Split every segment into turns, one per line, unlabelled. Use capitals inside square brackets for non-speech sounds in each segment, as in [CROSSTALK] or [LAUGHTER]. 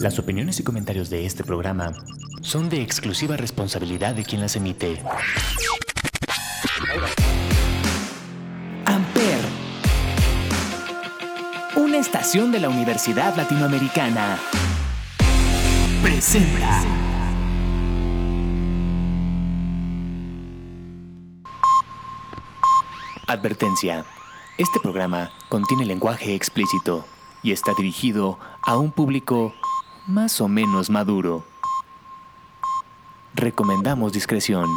Las opiniones y comentarios de este programa son de exclusiva responsabilidad de quien las emite. Amper. Una estación de la Universidad Latinoamericana. Presenta. Advertencia. Este programa contiene lenguaje explícito y está dirigido a un público más o menos maduro. Recomendamos discreción.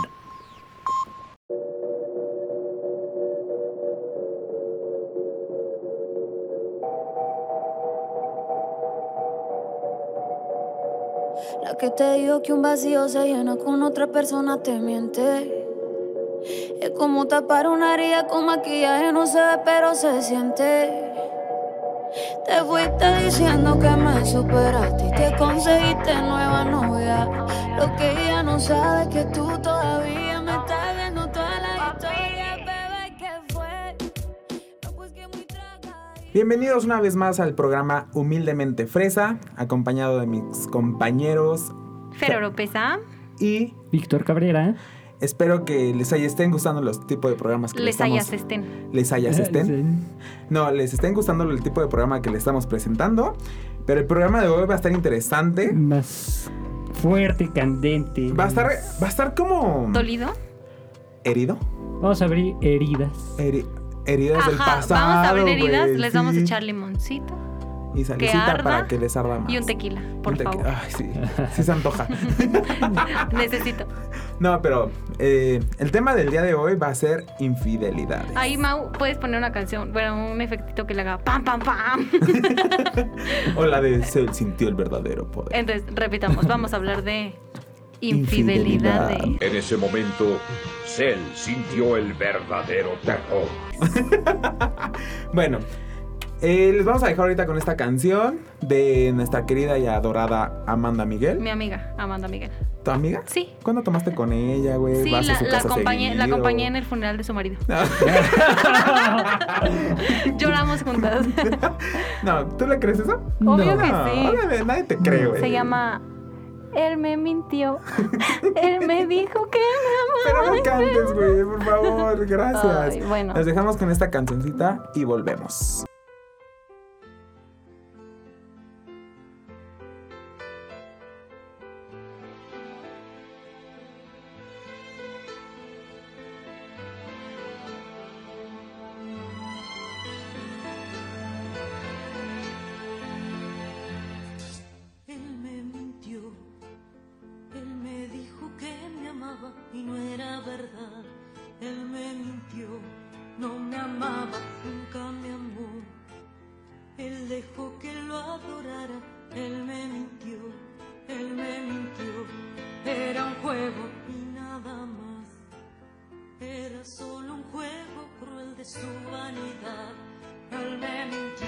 La que te digo que un vacío se llena con otra persona te miente. Es como tapar una herida con maquillaje, no se ve, pero se siente. Te fuiste diciendo que me superaste y que conseguiste nueva novia. Lo que ella no sabe es que tú todavía me estás viendo toda la historia, bebé, que fue. No, pues que muy traga.
Bienvenidos una vez más al programa Humildemente Fresa, acompañado de mis compañeros
Fer Oropesa,
y
Víctor Cabrera.
espero que les haya- estén gustando los tipos de programas que
les
le
hayas
estamos...
estén.
Les
Ah, [LAUGHS]
hayas estén. No, les estén gustando el tipo de programa que le estamos presentando, pero el programa de hoy va a estar interesante.
Más fuerte, candente.
Va a estar, va a estar como...
¿Dolido?
¿Herido?
Vamos a abrir heridas.
Heri- heridas del
Ajá,
pasado,
vamos a abrir heridas,
güey,
les vamos a
sí.
echar limoncito
Y salecita
arda
para que les arda más.
y un tequila, por
Un tequi-
favor.
Ay, Ah, sí, sí se antoja.
[LAUGHS]
[LAUGHS]
Necesito.
No, pero eh, el tema del día de hoy va a ser infidelidades.
Ahí, Mau, puedes poner una canción, bueno, un efectito que le haga pam, pam, pam. [LAUGHS]
O la de se sintió el verdadero poder.
Entonces, repitamos, vamos a hablar de infidelidades.
En ese momento, Cell sintió el verdadero terror.
Bueno, eh, les vamos a dejar ahorita con esta canción de nuestra querida y adorada Amanda Miguel.
Mi amiga, Amanda Miguel.
¿Tu amiga?
Sí.
¿Cuándo tomaste con ella, güey?
Sí, la,
Eh, ¿Vas a su
la
casa
acompañé, la
seguido?
acompañé en el funeral de su marido. [LAUGHS] Lloramos juntas.
[LAUGHS] No, ¿tú le crees eso?
Obvio
no,
que sí. Mm,
obviamente, nadie te cree, güey.
Se llama Él me
[LAUGHS]
mintió. Él me dijo que me
Pero
amaba.
no cantes, güey, por favor, gracias.
[LAUGHS] Ay, bueno.
Nos dejamos con esta cancioncita y volvemos.
Él me mintió, él me dijo que me amaba y no era verdad. Él me mintió, no me amaba, nunca me amó. Él dejó que lo adorara, él me mintió, él me mintió. Era un juego y nada más. Era solo un juego cruel de su vanidad. Él me mintió.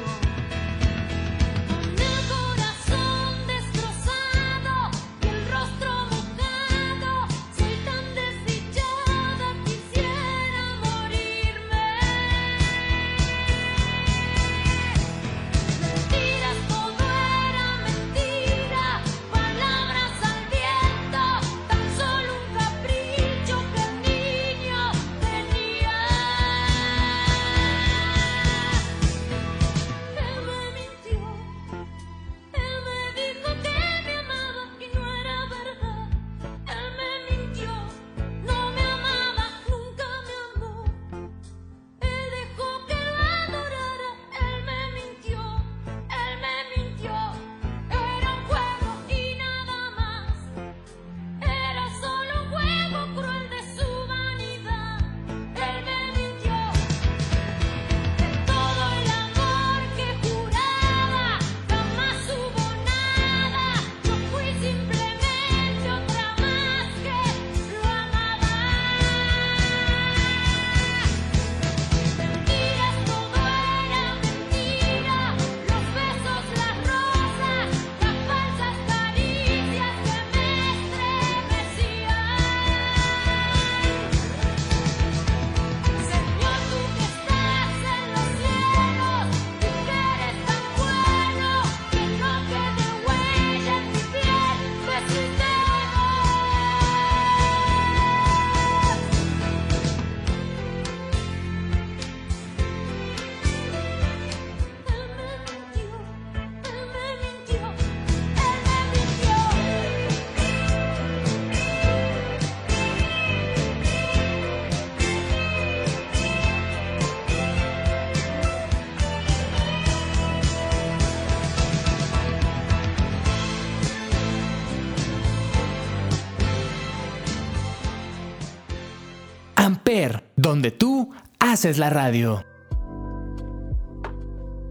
Con el corazón destrozado y el rostro mojado, soy tan desdichada, quisiera morirme. Mentiras, todo era mentira, palabras al viento, tan solo un capricho que el niño tenía.
donde tú haces la radio.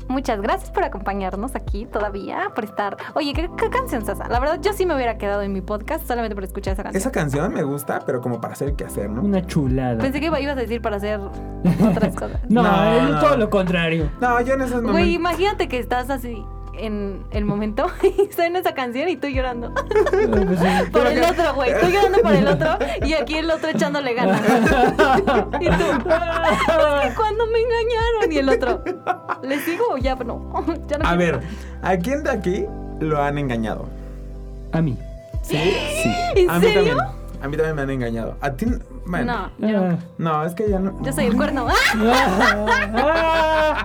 Muchas gracias por acompañarnos aquí todavía, por estar. Oye, ¿qué, qué canción, Sasa? La verdad, yo sí me hubiera quedado en mi podcast solamente por escuchar esa canción.
Esa canción me gusta, pero como para hacer qué hacer, ¿no?
Una chulada.
Pensé que iba- ibas a decir para hacer
[LAUGHS]
otras cosas.
No,
No,
es
no.
todo lo
[LAUGHS]
contrario.
No, yo en esos momentos.
Güey, imagínate que estás así en el momento [LAUGHS] y suena esa canción y
[LAUGHS]
tú llorando.
pues,
Por el otro, güey. Tú llorando por el otro y aquí el otro echándole
[LAUGHS]
ganas. [LAUGHS] Y tú, es que cuando me engañaron y el otro, ¿les digo o ya no? [LAUGHS] Ya no
A
quiero.
ver, ¿a quién de aquí lo han engañado?
A mí.
¿En
a mí
serio?
también. A mí también me han engañado. A ti, bueno.
No, yo no.
Ah.
No, es que ya no.
Yo soy el cuerno. ¡Ah!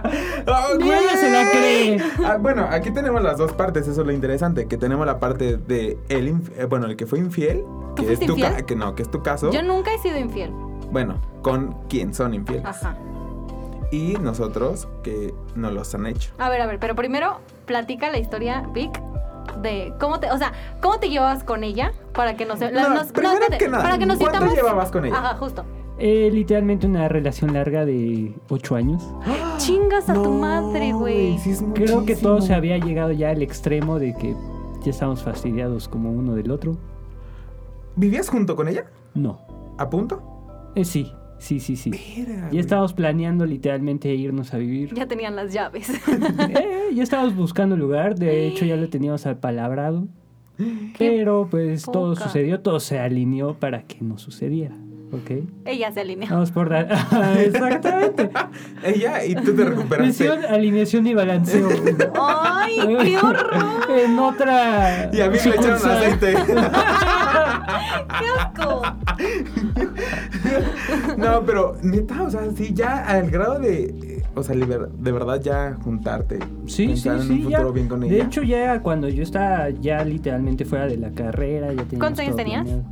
[LAUGHS] Ah,
¡Ah,
Ni
güey!
ella se la cree.
Ah, bueno, aquí tenemos las dos partes, eso es lo interesante, que tenemos la parte de el inf- eh, bueno, el que fue infiel,
¿Tú
que es
fuiste
tu ca-
infiel?
que no, que es tu caso.
Yo nunca he sido infiel.
Bueno, con quien son infieles.
Ajá.
Y nosotros que nos los han hecho.
A ver, a ver, pero primero platica la historia, Vic, de cómo te, o sea, cómo te llevabas con ella para que nos, la-
No,
nos-
primero
espérate,
que nada,
para que nos
¿cuánto
sintamos-
llevabas con ella?
Ajá, justo.
eh, literalmente una relación larga de ocho años.
Chingas a tu
¡Ah! No,
madre, güey.
sí es
Creo que
muchísimo.
todo se había llegado ya al extremo de que ya estábamos fastidiados como uno del otro.
¿Vivías junto con ella?
No.
¿A punto?
Eh, sí, sí, sí, sí.
Mira,
Ya
güey.
estábamos planeando literalmente irnos a vivir.
Ya tenían
[LAUGHS]
las llaves.
Eh, ya estábamos buscando lugar, de hecho ya lo teníamos al
[GASPS]
palabrado. Pero pues todo
poca.
sucedió, todo se alineó para que no sucediera. ¿Ok?
ella se alineó.
Vamos por [LAUGHS] dar. Exactamente.
[LAUGHS] Ella y tú te
Misión,
recuperaste.
alineación y
[LAUGHS]
balanceo.
¡Ay, qué horror!
[LAUGHS] en otra.
Y a mí me echaron
sucursal. [LAUGHS]
aceite.
¡Qué asco!
[LAUGHS] No, pero neta, o sea, sí, ya al grado de. eh, O sea, liber- de verdad ya juntarte.
Sí, sí,
pensar en un
sí. ya.
futuro bien con
De
ella.
hecho, ya cuando yo estaba ya literalmente fuera de la carrera, ya teníamos
¿Cuántos años
todo
tenías?
planeado.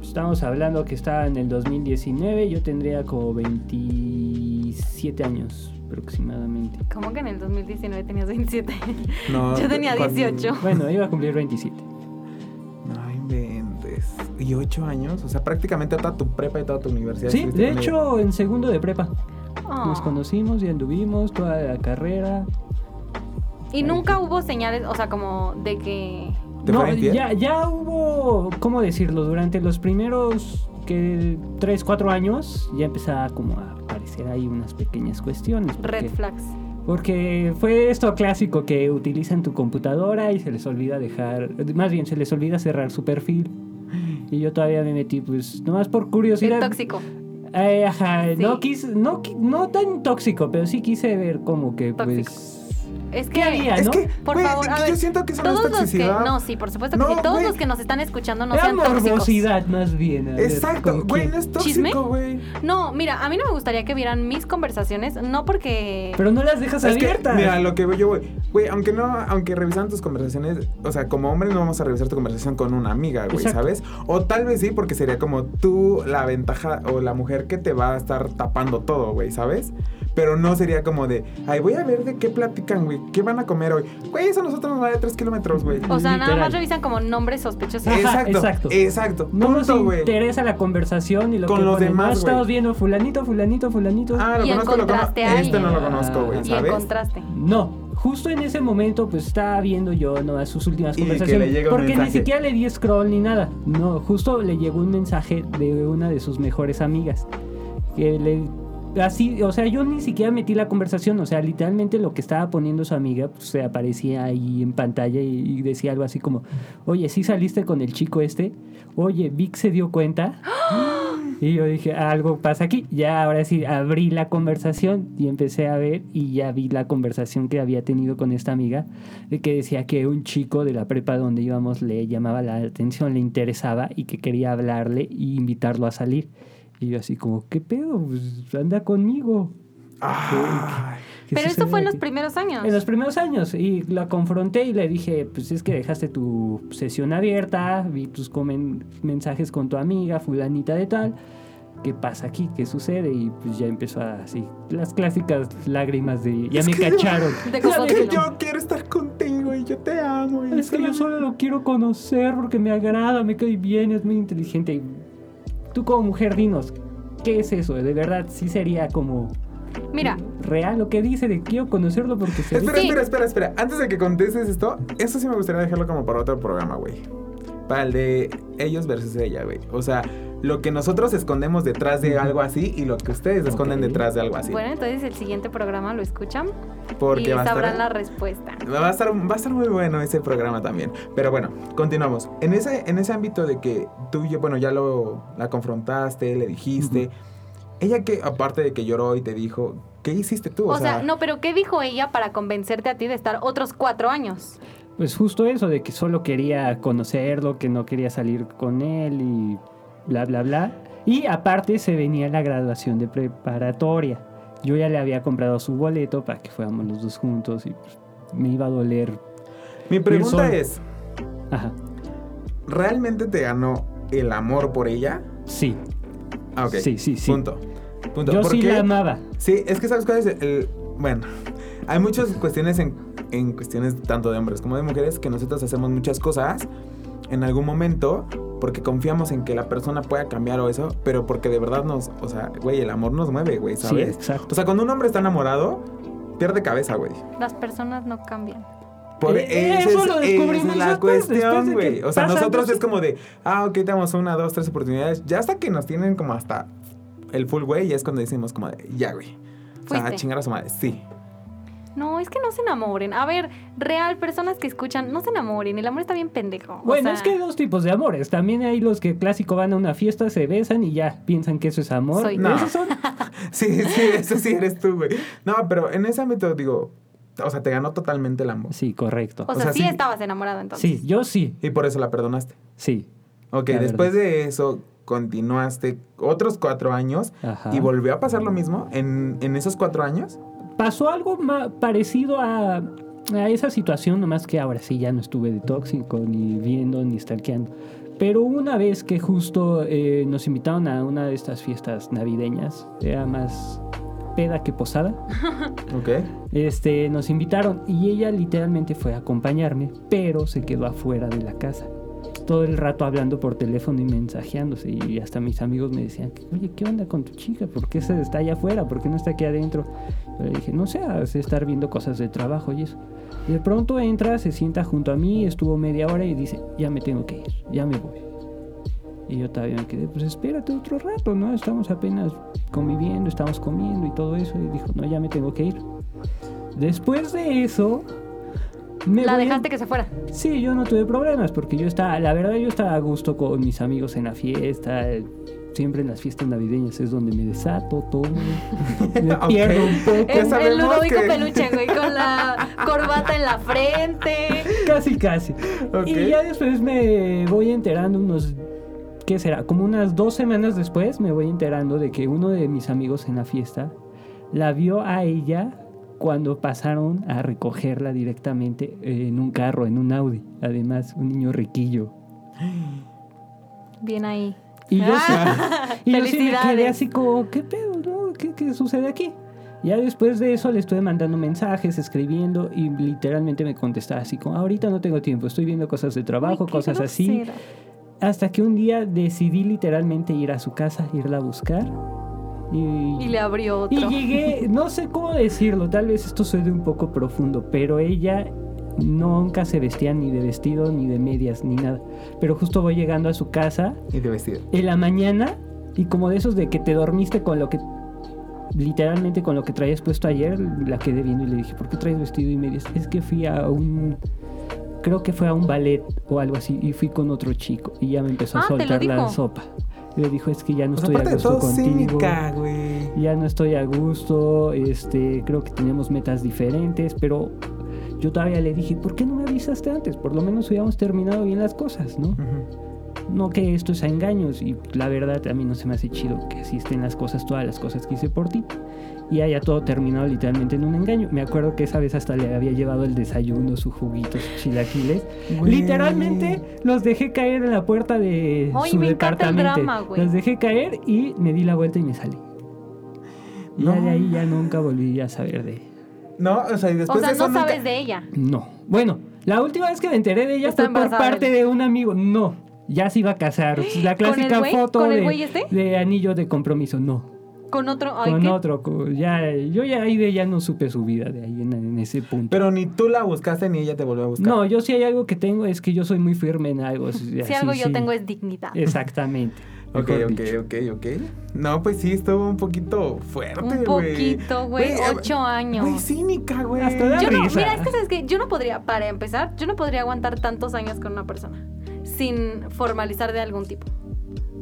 Estamos hablando que estaba en el 2019, yo tendría como 27 años aproximadamente.
¿Cómo que en el 2019 tenías 27?
[LAUGHS] No,
Yo tenía
cuando-
18.
Bueno, iba a cumplir 27.
No inventes. Y ocho años, o sea, prácticamente toda tu prepa y toda tu universidad.
Sí,
estuviste
de
con
hecho, en segundo de prepa.
Ah.
Nos conocimos y anduvimos toda la carrera.
Y nunca hubo señales, o sea, como de que.
¿Te
No,
fue infiel?
ya, ya hubo, ¿cómo decirlo? Durante los primeros que 3, 4 años ya empezaba como a aparecer ahí unas pequeñas cuestiones.
Red
porque-
flags.
Porque fue esto clásico que utilizan tu computadora y se les olvida dejar, más bien se les olvida cerrar su perfil. Y yo todavía me metí, pues, nomás por
Qué
curiosidad.
tóxico.
Eh, ajá,
Sí.
no, quise, no, qui- no tan tóxico, pero sí quise ver como que,
Tóxico.
pues...
Es que.
¿Qué haría,
Es
no?
que,
Por
güey,
favor, a
yo
ver,
siento que eso no es
Todos los que,
toxicidad.
no, sí, por supuesto que
No,
sí. Todos
güey.
los que nos están escuchando no
Era
sean tóxicos.
morbosidad más bien. a ver,
Exacto,
con
güey,
quién.
no es
¿Chisme?
tóxico, güey.
No, mira, a mí no me gustaría que vieran mis conversaciones, no porque.
Pero no las dejas
Es que,
abiertas.
mira, lo que veo yo, güey. Güey, aunque no, aunque revisan tus conversaciones, o sea, como hombre no vamos a revisar tu conversación con una amiga, güey,
Exacto.
¿sabes? O tal vez sí, porque sería como tú la ventaja o la mujer que te va a estar tapando todo, güey, ¿sabes? Pero no sería como de, ay, voy a ver de qué platican, güey, qué van a comer hoy. Güey, eso a nosotros nos vale 3 kilómetros, güey.
o sea, nada
literal.
más revisan como nombres sospechosos.
[LAUGHS] Ajá,
Exacto, exacto.
exacto.
No
no nos
punto, güey.
interesa la conversación y lo
Con
que
los
ponen.
demás,
No,
güey.
estamos viendo fulanito, fulanito, fulanito.
Ah, lo
Y
conozco, lo conozco.
encontraste a
Este no lo
alguien.
conozco, güey,
y
¿sabes?
encontraste.
No, justo en ese momento pues estaba viendo yo no, sus últimas
Y que le
conversaciones.
llega un
porque
mensaje.
ni siquiera le di scroll ni nada. No, justo le llegó un mensaje de una de sus mejores amigas. Que le así, o sea, yo ni siquiera metí la conversación, o sea, literalmente lo que estaba poniendo su amiga pues, se aparecía ahí en pantalla y, y decía algo así como, "Oye, ¿sí saliste con el chico este? Oye, Vic se dio cuenta." Y yo dije, algo pasa aquí. Ya ahora sí, abrí la conversación y empecé a ver y ya vi la conversación que había tenido con esta amiga, de que decía que un chico de la prepa donde íbamos le llamaba la atención, le interesaba y que quería hablarle e invitarlo a salir. Y yo así como, ¿qué pedo? Pues anda conmigo.
Ay.
¿Qué
Pero esto
sucede
fue en los
aquí?
primeros años.
En los primeros años y la confronté y le dije, pues es que dejaste tu sesión abierta, vi tus comen- mensajes con tu amiga, fulanita de tal, ¿qué pasa aquí? ¿Qué sucede? Y pues ya empezó así, las clásicas lágrimas de, ya
Es
me
que-
cacharon.
De
Es que
cocodrilo.
yo quiero estar contigo y yo te amo. y
Es que yo
solamente-
solo lo quiero conocer porque me agrada, me cae bien, es muy inteligente. Y Tú como mujer, dinos, ¿Qué es eso? De verdad, sí sería como
Mira,
real lo que dice de quiero conocerlo porque se
Espera,
dice.
Sí.
espera, espera, espera. Antes de que contestes esto, eso sí me gustaría dejarlo como para otro programa, güey. Para el de ellos versus ella, güey. O sea, lo que nosotros escondemos detrás de algo así y lo que ustedes esconden
Ok.
detrás de algo así.
bueno, entonces el siguiente programa lo escuchan y
Porque va a estar-
sabrán la respuesta.
Va a, estar, va a estar muy bueno ese programa también. Pero bueno, continuamos. En ese, en ese ámbito de que tú y yo, bueno, ya lo, la confrontaste, le dijiste. Ella que, aparte de que lloró y te dijo, ¿qué hiciste tú?
O, sea, no, pero ¿qué dijo ella para convencerte a ti de estar otros cuatro años?
Pues justo eso, de que solo quería conocerlo, que no quería salir con él y bla, bla, bla. Y aparte se venía la graduación de preparatoria. Yo ya le había comprado su boleto para que fuéramos los dos juntos y pues, me iba a doler.
Mi pregunta
Wilson.
es,
Ajá,
¿realmente te ganó el amor por ella?
sí.
Ah, ok.
Sí, sí, sí.
Punto. Punto.
Yo
¿Por
sí
qué?
la amaba.
Sí, es que sabes cuál es el... el- bueno, hay muchas cuestiones en, en cuestiones tanto de hombres como de mujeres que nosotros hacemos muchas cosas en algún momento porque confiamos en que la persona pueda cambiar o eso, pero porque de verdad nos... O sea, güey, el amor nos mueve, güey,
Sí,
¿sabes? o
exacto.
sea, cuando un hombre está enamorado, pierde cabeza, güey.
Las personas no cambian.
Por e,
Eh, eso
esa es-
lo
esa
descubrimos
es la
después, después
cuestión,
de que
güey. O sea,
pasa
nosotros
algo
es como de, ah, ok, damos una, dos, tres oportunidades. Ya hasta que nos tienen como hasta el full, güey, ya es cuando decimos como de, ya, güey. O sea,
Fuiste.
a chingar a su madre. Sí. [LAUGHS]
No, es que no se enamoren. A ver, real, personas que escuchan, no se enamoren. El amor está bien pendejo. O
Bueno,
sea,
es que hay dos tipos de amores. También hay los que clásico van a una fiesta, se besan y ya piensan que eso es amor.
Soy-
No.
Esos
[LAUGHS]
son-
Sí, sí, eso sí eres tú, güey. No, pero en ese ámbito, digo, o sea, te ganó totalmente el amor.
Sí, correcto.
O, sea,
sea,
sí,
sí.
estabas enamorado entonces.
Sí, yo sí,
Y por eso la perdonaste.
sí.
Ok,
La
después de eso, continuaste otros cuatro años
Ajá.
y volvió a pasar lo mismo en, en esos cuatro años.
pasó algo ma- parecido a, a esa situación, nomás que ahora sí ya no estuve de tóxico, ni viendo, ni stalkeando. Pero una vez que justo eh, nos invitaron a una de estas fiestas navideñas, era más peda que posada,
Ok.
este, nos invitaron y ella literalmente fue a acompañarme, pero se quedó afuera de la casa. Todo el rato hablando por teléfono y mensajeándose. Y hasta mis amigos me decían, oye, ¿qué onda con tu chica? ¿Por qué se está allá afuera? ¿Por qué no está aquí adentro? Yo le dije, no sé, ha de estar viendo cosas de trabajo y eso. Y de pronto entra, se sienta junto a mí, estuvo media hora y dice, ya me tengo que ir, ya me voy. Y yo todavía me quedé, pues espérate otro rato, ¿no? Estamos apenas conviviendo, estamos comiendo y todo eso. Y dijo, no, ya me tengo que ir. Después de eso, me
La
voy a-
dejaste que se fuera.
Sí, yo no tuve problemas porque yo estaba, la verdad yo estaba a gusto con mis amigos en la fiesta. eh, Siempre en las fiestas navideñas es donde me desato, todo. Me [LAUGHS]
[LAUGHS] Ok.
pierdo un poco.
Ya
El, el
sabemos
Ludovico
que-
peluche, güey, con la corbata en la frente.
Casi, casi.
Ok.
Y ya después me voy enterando unos, ¿qué será? Como unas dos semanas después me voy enterando de que uno de mis amigos en la fiesta la vio a ella cuando pasaron a recogerla directamente eh, en un carro, en un Audi. Además, un niño riquillo.
Bien ahí.
Y yo, sí-
Ah,
y yo sí me quedé
felicidades.
así como, ¿qué pedo? no? ¿Qué, qué sucede aquí? Ya después de eso le estuve mandando mensajes, escribiendo y literalmente me contestaba así como, ahorita no tengo tiempo, estoy viendo cosas de trabajo,
Ay, qué
cosas así.
grosera.
Hasta que un día decidí literalmente ir a su casa, irla a buscar. Y,
Y le abrió
y
otro.
llegué, no sé cómo decirlo, tal vez esto suene un poco profundo, pero ella nunca se vestía ni de vestido, ni de medias, ni nada. Pero justo voy llegando a su casa
Y te vestido.
en la mañana y como de esos de que te dormiste con lo que literalmente con lo que traías puesto ayer la quedé viendo y le dije ¿por qué traes vestido y medias? es que fui a un creo que fue a un ballet o algo así y fui con otro chico y ya me empezó a
Ah, te lo
soltar la
dijo.
sopa le dijo es que ya no
O sea,
estoy a
Pues aparte de
gusto
todo,
contigo
cínica, güey.
ya no estoy a gusto, este, creo que tenemos metas diferentes, pero yo todavía le dije, ¿por qué no me avisaste antes? Por lo menos hubiéramos terminado bien las cosas, ¿no?
Ujú.
No que esto es a engaños y la verdad a mí no se me hace chido que existen las cosas, todas las cosas que hice por ti y haya todo terminado literalmente en un engaño. Me acuerdo que esa vez hasta le había llevado el desayuno, sus juguitos, sus chilaquiles.
Güey.
Literalmente los dejé caer en la puerta de
Ay,
su
me encanta el
departamento.
drama, güey.
los dejé caer y me di la vuelta y me salí. Y ya
No.
de ahí ya nunca volví a saber de
No, o sea, y después
O sea,
de eso
no
nunca-
sabes de ella.
No. Bueno, la última vez que me enteré de ella
Está
fue por
embarazada
parte
él.
de un amigo. No. Ya se iba a
[GASPS]
casar. La
¿Con el
clásica
güey?
foto
¿Con el
de,
güey este?
de anillo de compromiso. No,
Con otro. Ay,
con
qué-
otro. co- Ya, yo ya ahí de ya no supe su vida de ahí en, en ese punto.
Pero ni tú la buscaste ni ella te volvió a buscar.
no, yo sí hay algo que tengo, es que yo soy muy firme en
[LAUGHS]
algo.
Si algo yo tengo es dignidad.
Exactamente.
Ok,
mejor
ok,
dicho.
ok, ok. No, pues sí, estuvo un poquito fuerte, güey.
Un poquito, güey.
a-
Ocho años.
Güey, cínica, güey.
Hasta da
Yo no,
risa.
mira, es que sabes que yo no podría, para empezar, yo no podría aguantar tantos años con una persona sin formalizar de algún tipo.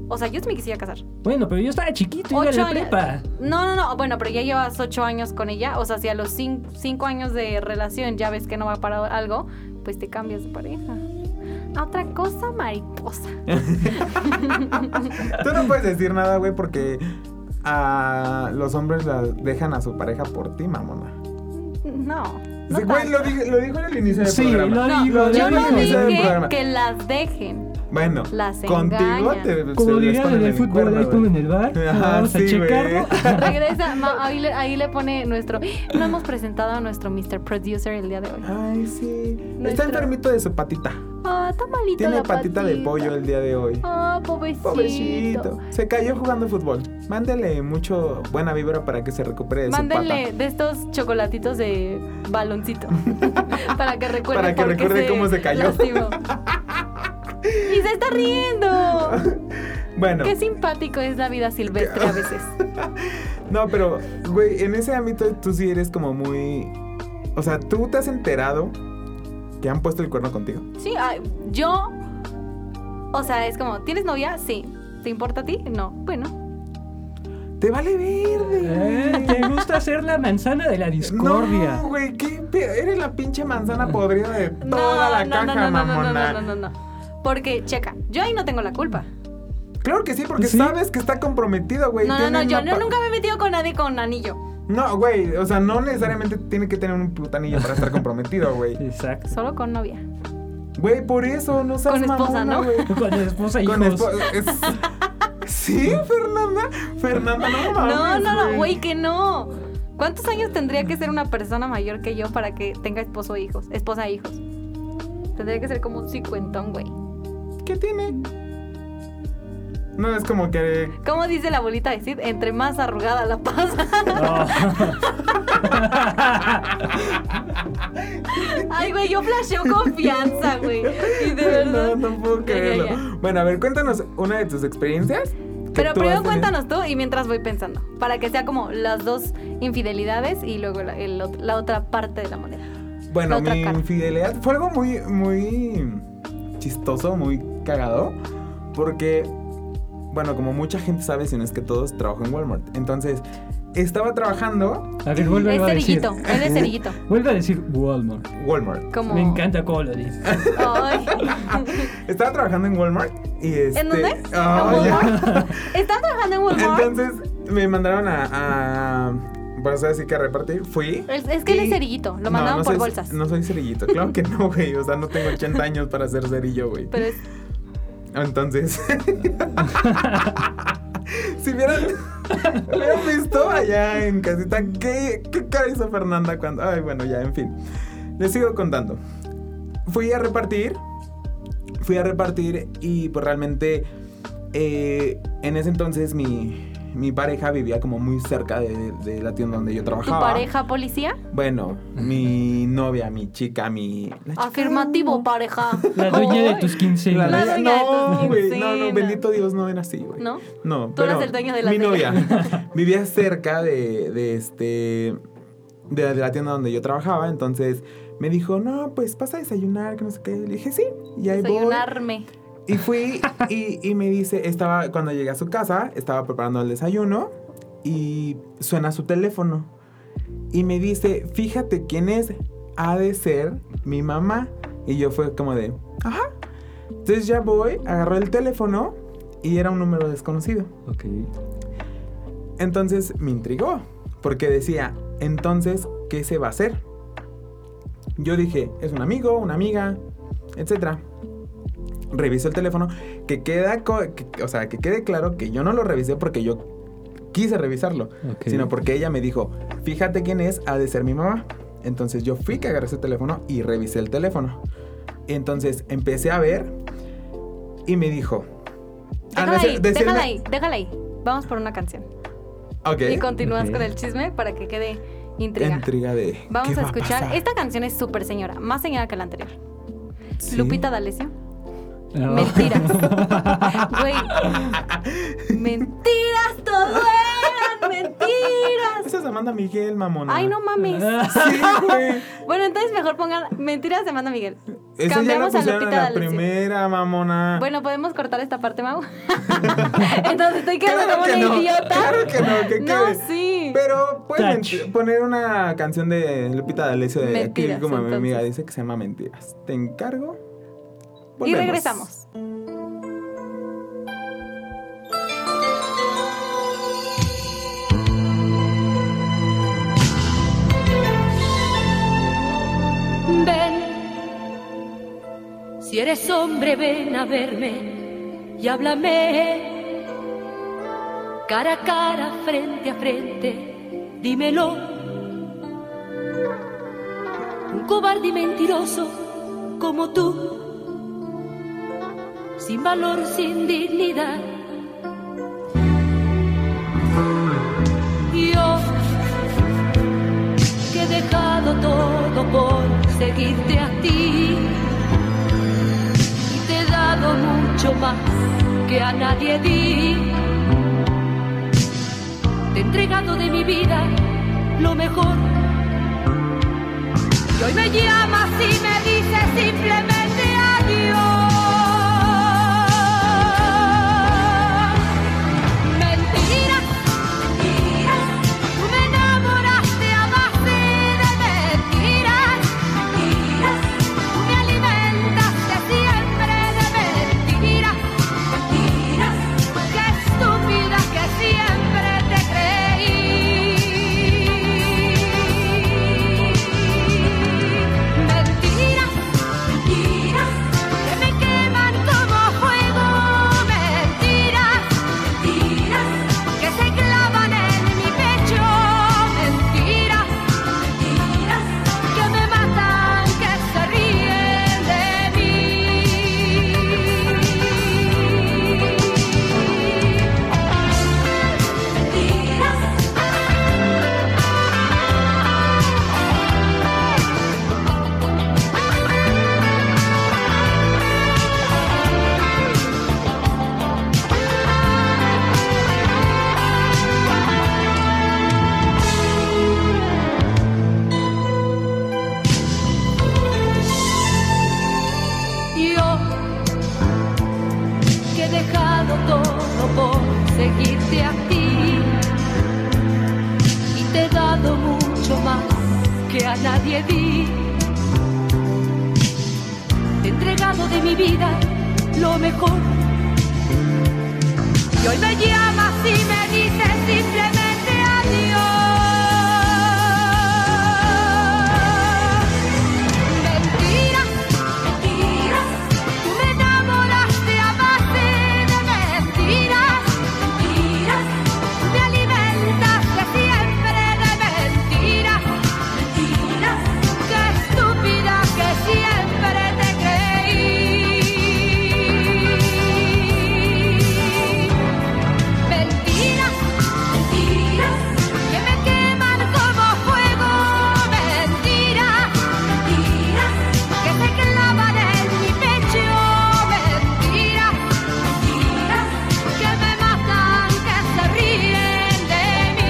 O sea, yo sí me quisiera casar.
Bueno, pero yo estaba chiquito, iba a la prepa.
No, no, no. Bueno, pero ya llevas ocho años con ella. O sea, si a los cin- cinco años de relación ya ves que no va para algo, pues te cambias de pareja. A otra cosa, mariposa.
Tú no puedes decir nada, güey, porque a los hombres las dejan a su pareja por ti, mamona.
No. no
Sí, güey,
tanto.
lo, dije- lo dijo en el inicio del
Sí,
programa.
lo-
No,
Ay, lo
yo
dejan
no
en el
dije
programa.
que las dejen.
Bueno,
Las
contigo
engañan.
te
Como diría
digan
el del fútbol, ahí como en el bar.
Ajá,
vamos
sí,
a checarlo.
güey.
Regresa, ma- ahí, le, ahí le pone nuestro. No hemos presentado a nuestro Mr. Producer el día de hoy.
Ay, sí. Está
Nuestro-
enfermito de su patita.
Ah, está malita
Tiene
la
patita de pollo el día de hoy.
Ah, pobrecito.
Pobrecito. Se cayó jugando fútbol. Mándele mucho buena vibra para que se recupere de su
Mándenle de estos chocolatitos de
[LAUGHS]
baloncito. para que recuerde,
Para que
por qué
recuerde cómo se cayó. [LAUGHS]
lastimó. y se está riendo.
pata. Bueno,
Qué simpático es la vida silvestre
[LAUGHS]
a veces.
no, pero, güey, en ese ámbito tú sí eres como muy. O sea, tú te has enterado que han puesto el cuerno contigo.
Sí, ay, yo. O sea, es como, ¿tienes novia? Sí. ¿Te importa a ti? No. Bueno.
¡Te vale verde!
Eh, Te gusta ser la manzana de la discordia.
No, güey, qué pedo. Eres la pinche manzana podrida de toda la
[LAUGHS] no,
caja,
no, no, no, no, no,
mamona.
no, no, no, no. Porque, checa, yo ahí no tengo la culpa.
Claro que sí, porque
Sí.
sabes que está comprometido, güey.
No, no,
Pues Tiene
no, yo
una
no-
pa-
nunca me he metido con nadie con anillo.
No, güey, o sea, no necesariamente tiene que tener un putanillo para estar comprometido, güey.
Exacto.
Solo con novia.
Güey, por eso, no seas
[LAUGHS] Con esposa, e
mamona,
¿no?
güey.
Con esposa y
Con
hijos.
esposa. es-
[LAUGHS]
Sí, Fernanda. Fernanda, no mames.
No, no, no, güey, que no. ¿Cuántos años tendría que ser una persona mayor que yo para que tenga esposo e hijos? Esposa e hijos. Tendría que ser como un cincuentón, güey.
¿Qué tiene? No, es como que.
¿Cómo dice la abuelita de Sid? Entre más arrugada la pasa. [LAUGHS]
No.
Ay, güey, yo flasheo confianza, güey. Y de verdad.
[LAUGHS] [LAUGHS] No, no puedo
Ya, ya,
creerlo.
ya.
Bueno, a ver, cuéntanos una de tus experiencias. que
Pero
tú
primero
has tenido.
cuéntanos tú y mientras voy pensando. Para que sea como las dos infidelidades y luego la, el ot- la otra parte de la moneda.
Bueno,
La otra
mi
cara.
infidelidad fue algo muy, muy chistoso, muy cagado, porque, bueno, como mucha gente sabe, si no es que todos, trabajo en Walmart. Entonces, estaba trabajando
A ver, vuelve
Es
a decir.
cerillito, él es cerillito.
Vuelve a decir Walmart.
Walmart.
Como...
Me encanta cómo lo dices.
Ay.
Estaba trabajando en Walmart y este...
¿En dónde?
Ah,
¿En
ya.
Walmart? ¿Estás trabajando en Walmart?
[LAUGHS] Entonces, me mandaron a... a pues así que a repartir, fui.
Es, es que él
Y-
es cerillito,
No,
lo mandaban
no
por
soy-
bolsas.
No soy cerillito, claro que no, güey. O sea, no tengo 80 años para ser cerillo, güey.
Pero es,
Entonces. [LAUGHS] si [LAUGHS] vieran. hubieran visto allá en casita. ¿Qué, qué cara hizo Fernanda cuando.? Ay, bueno, ya, en fin. Les sigo contando. Fui a repartir. Fui a repartir y pues realmente. eh, en ese entonces mi, mi pareja vivía como muy cerca de, de la tienda donde yo
¿Tu
trabajaba.
pareja policía?
Bueno, mi novia, mi chica, mi. la
Ah,
chica-
Afirmativo, pareja.
La dueña de
Ay.
tus 15
la
La
años.
novia-
dueña de
no,
tus
güey, no, no,
quincenas.
bendito Dios, no ven así, güey.
¿No?
No,
Tú eras
pero
el dueño de la
Mi
tele.
novia
[LAUGHS]
vivía cerca de, de este. De, la- de la tienda donde yo trabajaba, entonces me dijo, no, pues pasa a desayunar, que no sé qué. Le dije, sí, y ahí voy. Ah,
Desayunarme.
Y fui y, y me dice, estaba, cuando llegué a su casa, estaba preparando el desayuno y suena su teléfono. Y me dice, fíjate quién es, ha de ser mi mamá. Y yo fue como de, ajá. Entonces ya voy, agarró el teléfono y era un número desconocido.
Ok.
Entonces me intrigó, porque decía, entonces, ¿qué se va a hacer? Yo dije, es un amigo, una amiga, etc. Reviso el teléfono, que queda, co- que- o sea, que quede claro que yo no lo revisé porque yo quise revisarlo,
Ok.
sino porque ella me dijo, fíjate quién es, ha de ser mi mamá. Entonces yo fui que agarré ese teléfono y revisé el teléfono. Entonces empecé a ver y me dijo. Ah,
Déjala
de-
ahí,
de-
déjala ahí, déjala ahí. Vamos por una canción.
Ok.
Y continúas
Ok.
con el chisme para que quede intriga.
Intriga de.
Vamos
¿qué
a
va
escuchar.
pasar?
Esta canción es súper señora, más señora que la anterior.
Sí.
Lupita D'Alessio.
Ah.
Mentiras. Güey. Mentiras, todo eran mentiras.
Esa es Amanda Miguel, mamona.
Ay, no mames.
Sí, güey.
Bueno, entonces mejor pongan mentiras de Amanda Miguel.
Esa ya la
Cambiamos a
pusieron en
Lupita
la
D'Alessio.
primera, mamona.
Bueno, podemos cortar esta
[LAUGHS]
parte, Mau. entonces estoy quedando
Claro
como
que
una
no,
idiota.
Claro que no, que
No,
quede.
sí.
Pero pueden
Touch.
ment- poner una canción de Lupita D'Alessio de
Mentiras,
aquí, como mi
entonces.
amiga dice que se llama Mentiras. Te encargo.
y
Volvemos.
regresamos.
Ven, si eres hombre, ven a verme y háblame. Cara a cara, frente a frente, dímelo. Un cobarde y mentiroso como tú, sin valor, sin dignidad. Yo que he dejado todo por seguirte a ti. Y te he dado mucho más que a nadie di. Te he entregado de mi vida lo mejor. Y hoy me llamas y me dices simplemente adiós. Mentiras, mentiras, tú me enamoraste a base de mentiras, mentiras, tú me alimentaste siempre de mentiras, mentiras, qué estúpida que siempre te creí. Mentiras, mentiras, que me queman como fuego. Mentiras, mentiras, que se clavan en mi pecho. Mentiras, mentiras, que me matan, que se ríen de mí. Mentiras. yo que he dejado todo por seguirte a ti y te he dado mucho más que a nadie di. Te he entregado de mi vida lo mejor y hoy me llamas y me dices simplemente adiós. Mentiras, mentiras, tú me enamoraste a base de mentiras, mentiras, tú me alimentaste siempre de mentiras, mentiras, qué estúpida que siempre te creí. Mentiras, mentiras, que me queman como fuego. Mentiras, mentiras, que se clavan en mi pecho. Mentiras, mentiras, que me matan, que se ríen de mí.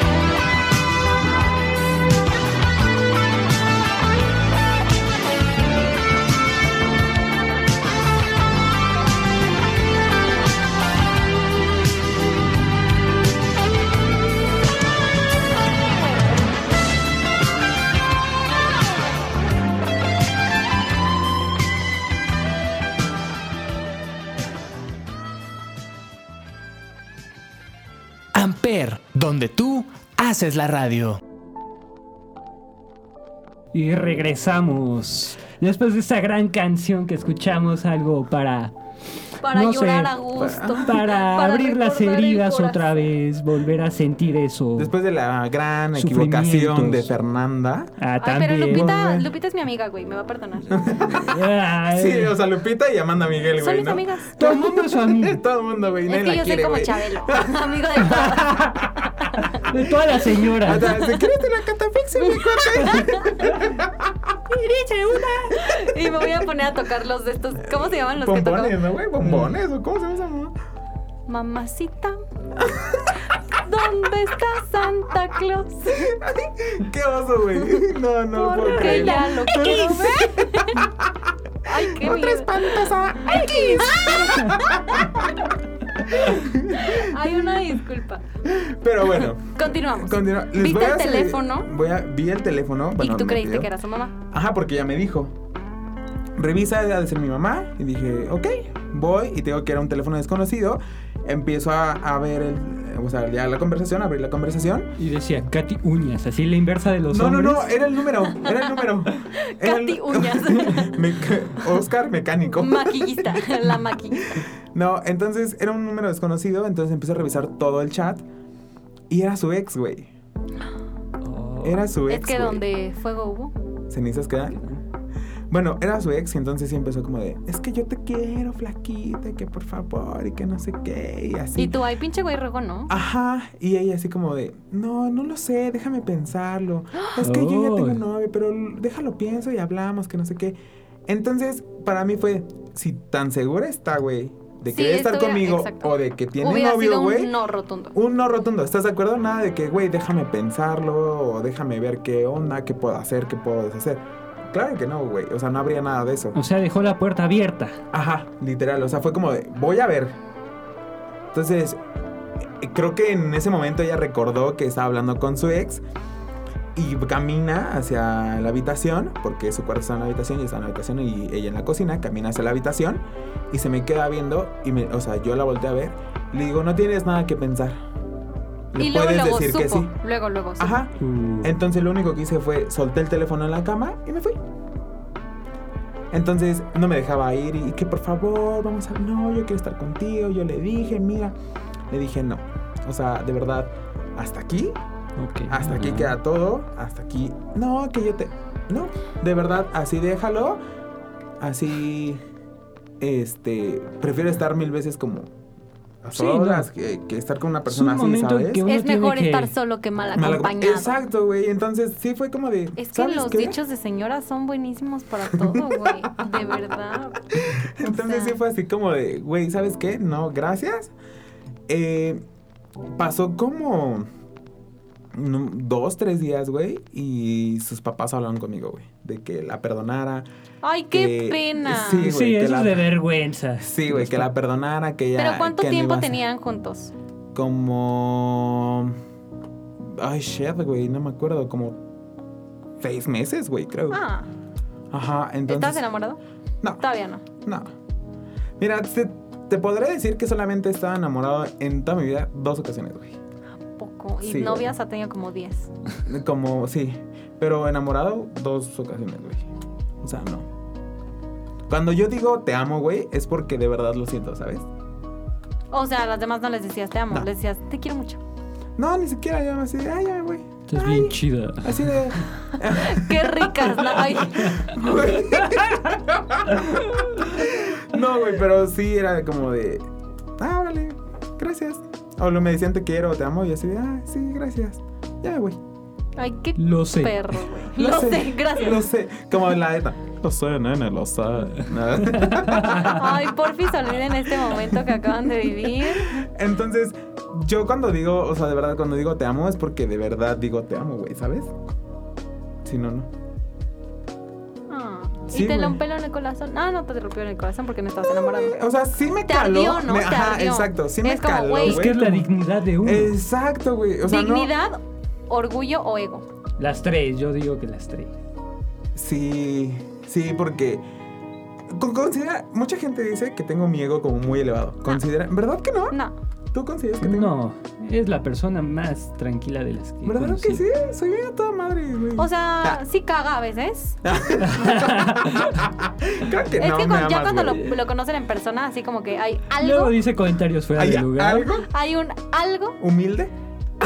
Mentiras.
Amper, donde tú haces la radio.
[LAUGHS] Y regresamos. Después de esta gran canción que escuchamos, algo para
Para
no sé,
llorar a gusto. [LAUGHS]
para, abrir las
recordar el
heridas
corazón.
otra vez, volver a sentir eso.
Después de la gran
Sufrimientos.
equivocación de Fernanda.
Ah,
Ay, pero
también.
Lupita,
Volver.
Lupita es mi amiga, güey. Me va
[LAUGHS]
a perdonar.
Ay,
Sí, o sea, Lupita y Amanda Miguel, güey.
Son mis
¿no?
amigas.
Todo el mundo es su amigo.
[LAUGHS] Todo el mundo, güey.
es
nadie
que
la
yo soy
quiere,
como
güey. [LAUGHS]
Chabelo. Amigo de todas.
De todas las señoras.
Hasta, Si quieres te la catafixia, mi cuate.
Y me voy a poner a tocar los de estos. ¿Cómo se llaman los que
Bombones,
tocan?
¿no, güey? Bombones, ¿o cómo se llama esa mamá?
Mamacita. ¿Dónde está Santa Claus?
[LAUGHS] Qué oso, güey. No, no, lo puedo
Porque
creer.
ya lo quiero ver. [LAUGHS] Ay, qué
Otra
miedo.
espantosa. ¡X!
Hay una disculpa.
Pero bueno.
Continuamos.
Continúa. Les
¿Viste
voy a
el
hacer-
teléfono?
Voy a, vi el teléfono. bueno,
y tú
me
creíste
pidió.
que era su mamá.
Ajá, porque ella me dijo. Revisa, ha de ser mi mamá. Y dije, ok, voy. Y tengo que era un teléfono desconocido. Empiezo a, a ver, el- o sea, ya la conversación, abrir la conversación.
Y decía, Katy Uñas, así la inversa de los
No, no,
hombres.
no, era el número, era el
[LAUGHS]
número. Era el-
Katy Uñas.
[LAUGHS] Meca- Oscar Mecánico.
Maquillista. [LAUGHS] La maquillista.
No, entonces era un número desconocido. Entonces empiezo a revisar todo el chat. Y era su ex, güey.
Oh.
eh, Era su ex.
Es que
güey.
donde fuego hubo.
cenizas quedan. Bueno, era su ex y entonces sí empezó como de, es que yo te quiero, flaquita, y que por favor, y que no sé qué, y así.
Y tú, ay, pinche güey rojo, ¿no?
Ah, Ajá, y ella así como de, no, no lo sé, déjame
[GASPS]
pensarlo. Es que yo ya tengo
Ay.
novio, pero l- déjalo pienso y hablamos, que no sé qué. Entonces, para mí fue, si tan segura está, güey, de
Sí,
querer estar
estuviera-
conmigo
exacto.
o de que tiene
Hubiera
novio,
sido
güey.
un no rotundo.
Un no rotundo, ¿estás de acuerdo? Nada de que, güey, déjame pensarlo, o déjame ver qué onda, qué puedo hacer, qué puedo deshacer. Claro que no, güey. O sea, no habría nada de eso.
O sea, dejó la puerta abierta.
Ajá, literal. O sea, fue como de, voy a ver. Entonces, eh, creo que en ese momento ella recordó que estaba hablando con su ex y camina hacia la habitación, porque su cuarto está en la habitación, y está en la habitación y ella en la cocina, camina hacia la habitación y se me queda viendo y, me, o sea, yo la volteé a ver. Le digo, no tienes nada que pensar. Le
Y luego,
puedes
luego
decir
supo.
que sí.
Luego, luego supo.
Ajá.
Uh.
Entonces lo único que hice fue solté el teléfono en la cama y me fui. Entonces no me dejaba ir y que por favor, vamos a... No, yo quiero estar contigo. Yo le dije, mira, le dije no. O sea, de verdad, hasta aquí,
Ok.
hasta aquí
Ah.
queda todo, hasta aquí. No, que yo te... No, de verdad, así déjalo. Así, este, prefiero estar mil veces como... A
Sí, no.
solas que, que estar con una
Es un
persona así,
momento en
¿sabes?
que uno
Es
tiene
mejor
que-
estar solo que mal
Mal acom-
acompañado.
Exacto, güey. Entonces sí fue como de.
Es que
¿sabes
los
qué?
dichos de señora son buenísimos para todo, güey. De verdad.
[LAUGHS] Entonces sí
sea-
fue así como de, güey, ¿sabes qué? No, gracias. Eh, pasó como no, dos, tres días, güey, y sus papás hablaron conmigo, güey, de que la perdonara.
Ay, qué
que-
pena.
Sí, güey,
Sí,
que
eso
la-
es de vergüenza.
Sí, güey, que la perdonara, que ya.
Pero ¿cuánto
que no
tiempo
iba a-
tenían juntos?
Como. Ay, shit, güey, no me acuerdo, como. Seis meses, güey, creo.
Ah,
Ajá, entonces.
¿estás enamorado?
No.
Todavía no.
No. Mira, te, te podré decir que solamente he estado enamorado en toda mi vida dos ocasiones, güey.
Poco. Y
Sí, güey.
novias ha tenido como 10.
Como, sí. Pero enamorado dos ocasiones, güey. O sea, no. Cuando yo digo te amo, güey, es porque de verdad lo siento, ¿sabes?
O sea, a las demás no les decías te amo,
No.
les decías te quiero mucho. [LAUGHS]
No, ni siquiera yo me así, de, ay, ya me voy.
Estás
Ay,
bien chida.
Así de. [LAUGHS]
Qué ricas. ¿no? Ay,
güey. no, güey, pero sí era como de. Ah, órale, gracias. O lo me decían te quiero, te amo, y así de, ah, sí, gracias. Ya me voy.
ay, qué
Lo sé.
perro, güey. Lo, sé. gracias.
Lo sé. Como la ETA. Lo sé, nene, lo sé.
[LAUGHS] Ay, por fin en este momento que acaban de vivir.
Entonces, yo cuando digo, o sea, de verdad, cuando digo te amo es porque de verdad digo te amo, güey, ¿sabes? Si no, no.
Ah,
Sí,
y te
güey.
rompieron en el corazón. Ah, no te rompió en el corazón porque no estabas enamorado.
Eh, O sea, sí me
Te
caló.
ardió, ¿no?
me-
Te
ajá,
ardió.
exacto. Sí me
Es como,
caló.
güey.
Es que es la
como-
dignidad de uno.
Exacto, güey. O sea, no-
Dignidad, orgullo o ego.
Las tres, yo digo que las tres.
Sí, sí, porque. con- Considera, mucha gente dice que tengo mi ego como muy elevado. Considera, ¿verdad que no?
Ah. No.
¿Tú consideras que tengo?
No, es la persona más tranquila de las que. he
¿Verdad que sí?
conocido.
Soy bien a toda madre, güey.
O
Ah.
sea, sí caga a veces.
Creo que
es
no
que
me
con- ya
amas,
cuando lo,
güey.
lo conocen en persona, así como que hay
Luego
algo,
dice comentarios fuera
¿Hay
de lugar.
algo
hay un algo
humilde?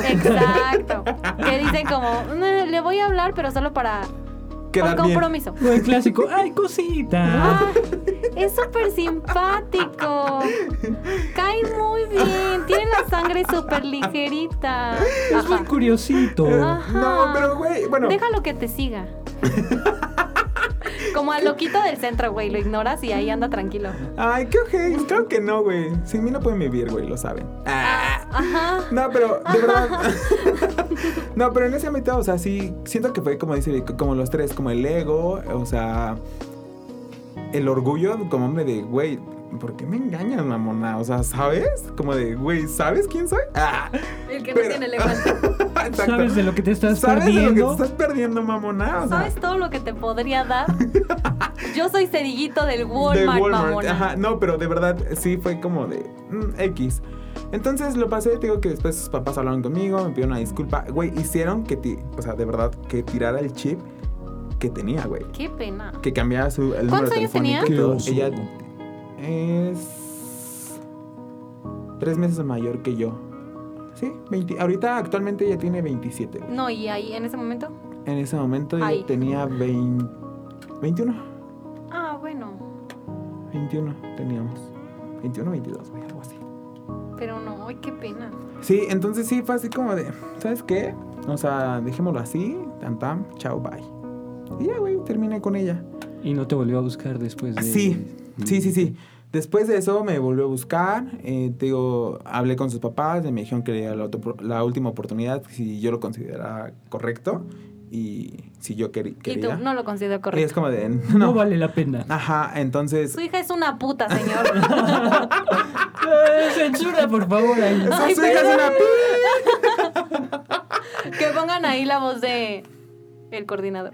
exacto que dicen como "Mm, le voy a hablar, pero solo para por
Quedar bien.
compromiso.
O el clásico, ¡ay,
[LAUGHS]
cosita!
Ah, es súper simpático. Cae muy bien. Tiene la sangre súper ligerita.
es muy
Ajá.
curiosito.
Ajá.
No, pero güey, bueno.
Déjalo que te siga. Como al loquito del centro, güey. Lo ignoras y ahí anda tranquilo.
Ay, qué ojete. Creo que no, güey. Sin mí no pueden vivir, güey, lo saben. Ah.
Ajá.
No, pero de verdad. [LAUGHS] no, pero en ese ámbito, o sea, sí, siento que fue como dice, Vic, como los tres, como el ego, o sea, el orgullo como hombre de, güey, ¿por qué me engañas, mamona? O sea, ¿sabes? Como de, güey, ¿sabes quién soy? Ah. [LAUGHS]
El que
Pero-
no tiene levante.
Exacto.
¿Sabes de lo que te estás
¿Sabes de lo que te
perdiendo?
estás perdiendo, mamona? O sea,
¿Sabes todo lo que te podría dar? Yo soy cerillito del
de
Walmart, mamona.
Ajá, no, pero de verdad sí fue como de mm, X. Entonces lo pasé, te digo que después sus papás hablaron conmigo, me pidieron una disculpa. Güey, hicieron que, ti- o sea, de verdad, que tirara el chip que tenía, güey.
Qué pena.
Que cambiara su, el número
¿Cuántos años
telefónico y
tenía?
todo.
Qué oso.
Ella es tres meses mayor que yo. Sí, 20 ahorita actualmente ella tiene 27. güey.
No, y ahí en ese momento.
En ese momento
Ay.
ella tenía 20, 21.
Ah, bueno.
21 teníamos. 21, 22, güey, algo así.
Pero no, ay, qué pena.
Sí, entonces sí fue así como de, ¿sabes qué? O sea, dejémoslo así, tan tan, chao, bye. Y ya, güey, terminé con ella.
Y no te volvió a buscar después de.
Sí, sí, sí, sí. Después de eso me volvió a buscar, eh, te digo, hablé con sus papás, me dijeron que era la, otro- la última oportunidad, si yo lo consideraba correcto y si yo queri-
Y
quería.
tú no lo considero
Y es
correcto.
como de,
No,
no.
vale la pena.
Ajá, entonces...
Su hija es una puta,
[LAUGHS]
señor.
Ah.
Eh, Censura, por favor.
[LAUGHS]
ahí.
Eso,
Ay,
su hija es una
perdón.
pi-
que pongan ahí la voz de
[LAUGHS]
el coordinador.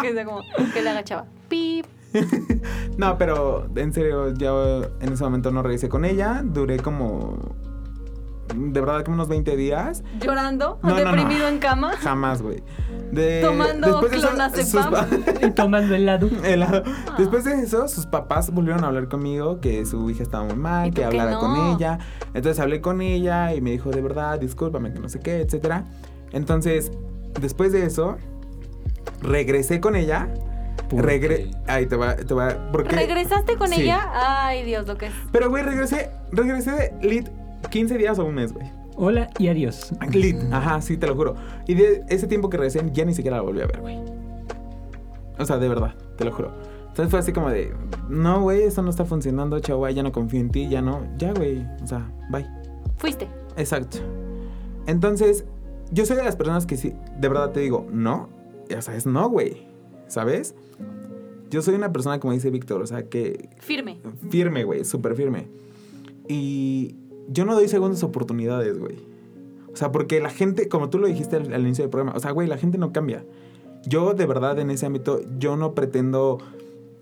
que sea como que le haga chava. Pip.
No, pero en serio, yo en ese momento no regresé con ella. Duré como. De verdad, como unos 20 días.
Llorando,
No, no,
deprimido
no.
en cama.
Jamás, güey. De-
Tomando
eso, sus
clonazepam.
pa- [LAUGHS]
Y tomando helado.
helado.
Ah.
Después de eso, sus papás volvieron a hablar conmigo que su hija estaba muy
¿Y
mal,
tú
que
que
hablara
no?
con ella. Entonces hablé con ella y me dijo, de verdad, discúlpame, que no sé qué, etcétera. Entonces, después de eso, regresé con ella. Regre Ahí te va, te va. Porque
¿Regresaste con
Sí.
ella? Ay, Dios, lo que es.
Pero, güey, regresé, regresé de lit 15 días o un mes, güey.
Hola y adiós.
Lit. Ajá, sí, te lo juro. Y de ese tiempo que regresé, ya ni siquiera la volví a ver, güey. O sea, de verdad, te lo juro. Entonces fue así como de, no, güey, esto no está funcionando, chao, bye, ya no confío en ti, ya no, ya, güey. O sea, bye.
Fuiste.
Exacto. Entonces, yo soy de las personas que sí, de verdad te digo, no. O sea, es no, güey. ¿Sabes? Yo soy una persona, como dice Víctor, o sea, que
Firme.
firme, güey, súper firme. Y yo no doy segundas oportunidades, güey. O sea, porque la gente, como tú lo dijiste al, al inicio del programa, o sea, güey, la gente no cambia. Yo, de verdad, en ese ámbito, yo no pretendo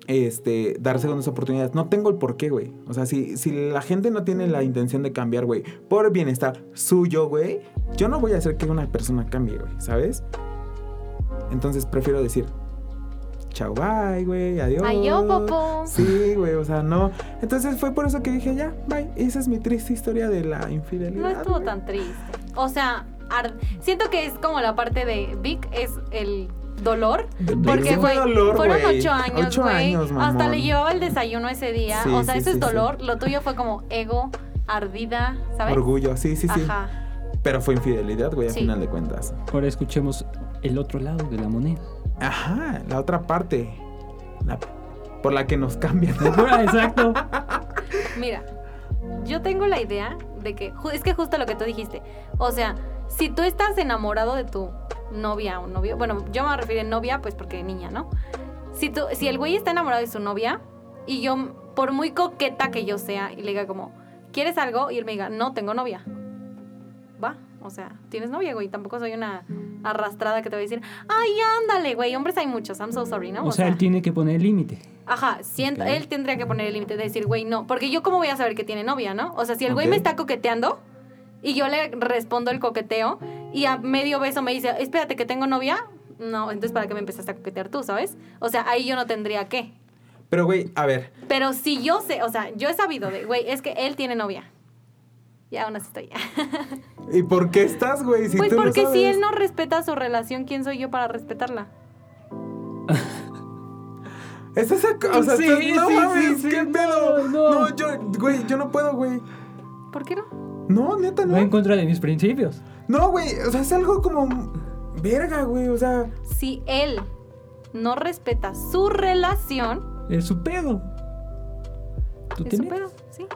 este, dar segundas oportunidades. No tengo el por qué, güey. O sea, si, si la gente no tiene la intención de cambiar, güey, por bienestar suyo, güey, yo no voy a hacer que una persona cambie, güey, ¿sabes? Entonces prefiero decir, chao, bye, güey, adiós.
Ay, yo, popo.
Sí, güey, o sea, no. Entonces fue por eso que dije, ya, bye. Esa es mi triste historia de la infidelidad.
No estuvo
güey.
tan triste. O sea, ar- siento que es como la parte de Vic es el dolor. Porque,
Fue
güey,
dolor,
fueron
güey.
ocho años,
Ocho
güey.
años, mamón.
Hasta le llevaba el desayuno ese día.
Sí,
o sea,
sí,
eso
sí,
es dolor.
sí.
Lo tuyo fue como ego, ardida, ¿sabes?
Orgullo, sí, sí, sí.
Ajá.
Pero fue infidelidad, güey, a
Sí.
final de cuentas.
Ahora escuchemos el otro lado de la moneda.
Ajá, la otra parte. La- por la que nos cambian.
[LAUGHS]
[LAUGHS]
Ah, Exacto.
Mira, yo tengo la idea de que. ju- Es que justo lo que tú dijiste. O sea, si tú estás enamorado de tu novia o novio. Bueno, yo me refiero a novia, pues porque niña, ¿no? Si, tú, si el güey está enamorado de su novia y yo, por muy coqueta que yo sea, y le diga como, ¿quieres algo? Y él me diga, no, tengo novia. Va, o sea, tienes novia, güey. Tampoco soy una arrastrada que te voy a decir, ay, ándale, güey. Hombres hay muchos, I'm so sorry, ¿no?
O sea, él tiene que poner límite.
Ajá, siento,
Ok.
él tendría que poner el límite de decir, güey, no. Porque yo, ¿cómo voy a saber que tiene novia, no? O sea, si el güey
Ok.
me está coqueteando y yo le respondo el coqueteo y a medio beso me dice, espérate, que tengo novia. No, entonces, ¿para qué me empezaste a coquetear tú, sabes? O sea, ahí yo no tendría que.
Pero, güey, a ver.
Pero si yo sé, o sea, yo he sabido de, güey, es que él tiene novia. Y aún así estoy.
¿Y por qué estás, güey? [LAUGHS] Si
pues
tú no
porque si
sabes?
él no respeta su relación, ¿quién soy yo para respetarla?
Estás ac- o sea,
Sí,
estás- no
sí,
mames,
sí, sí,
qué
no,
pedo.
no.
yo, güey, yo no puedo, güey.
¿Por qué no?
No, neta,
Va en
no.
contra de mis principios.
No, güey, o sea, es algo como verga, güey, o sea,
Si él no respeta su relación,
Es su pedo. ¿Tú
Es su
tienes?
pedo, sí.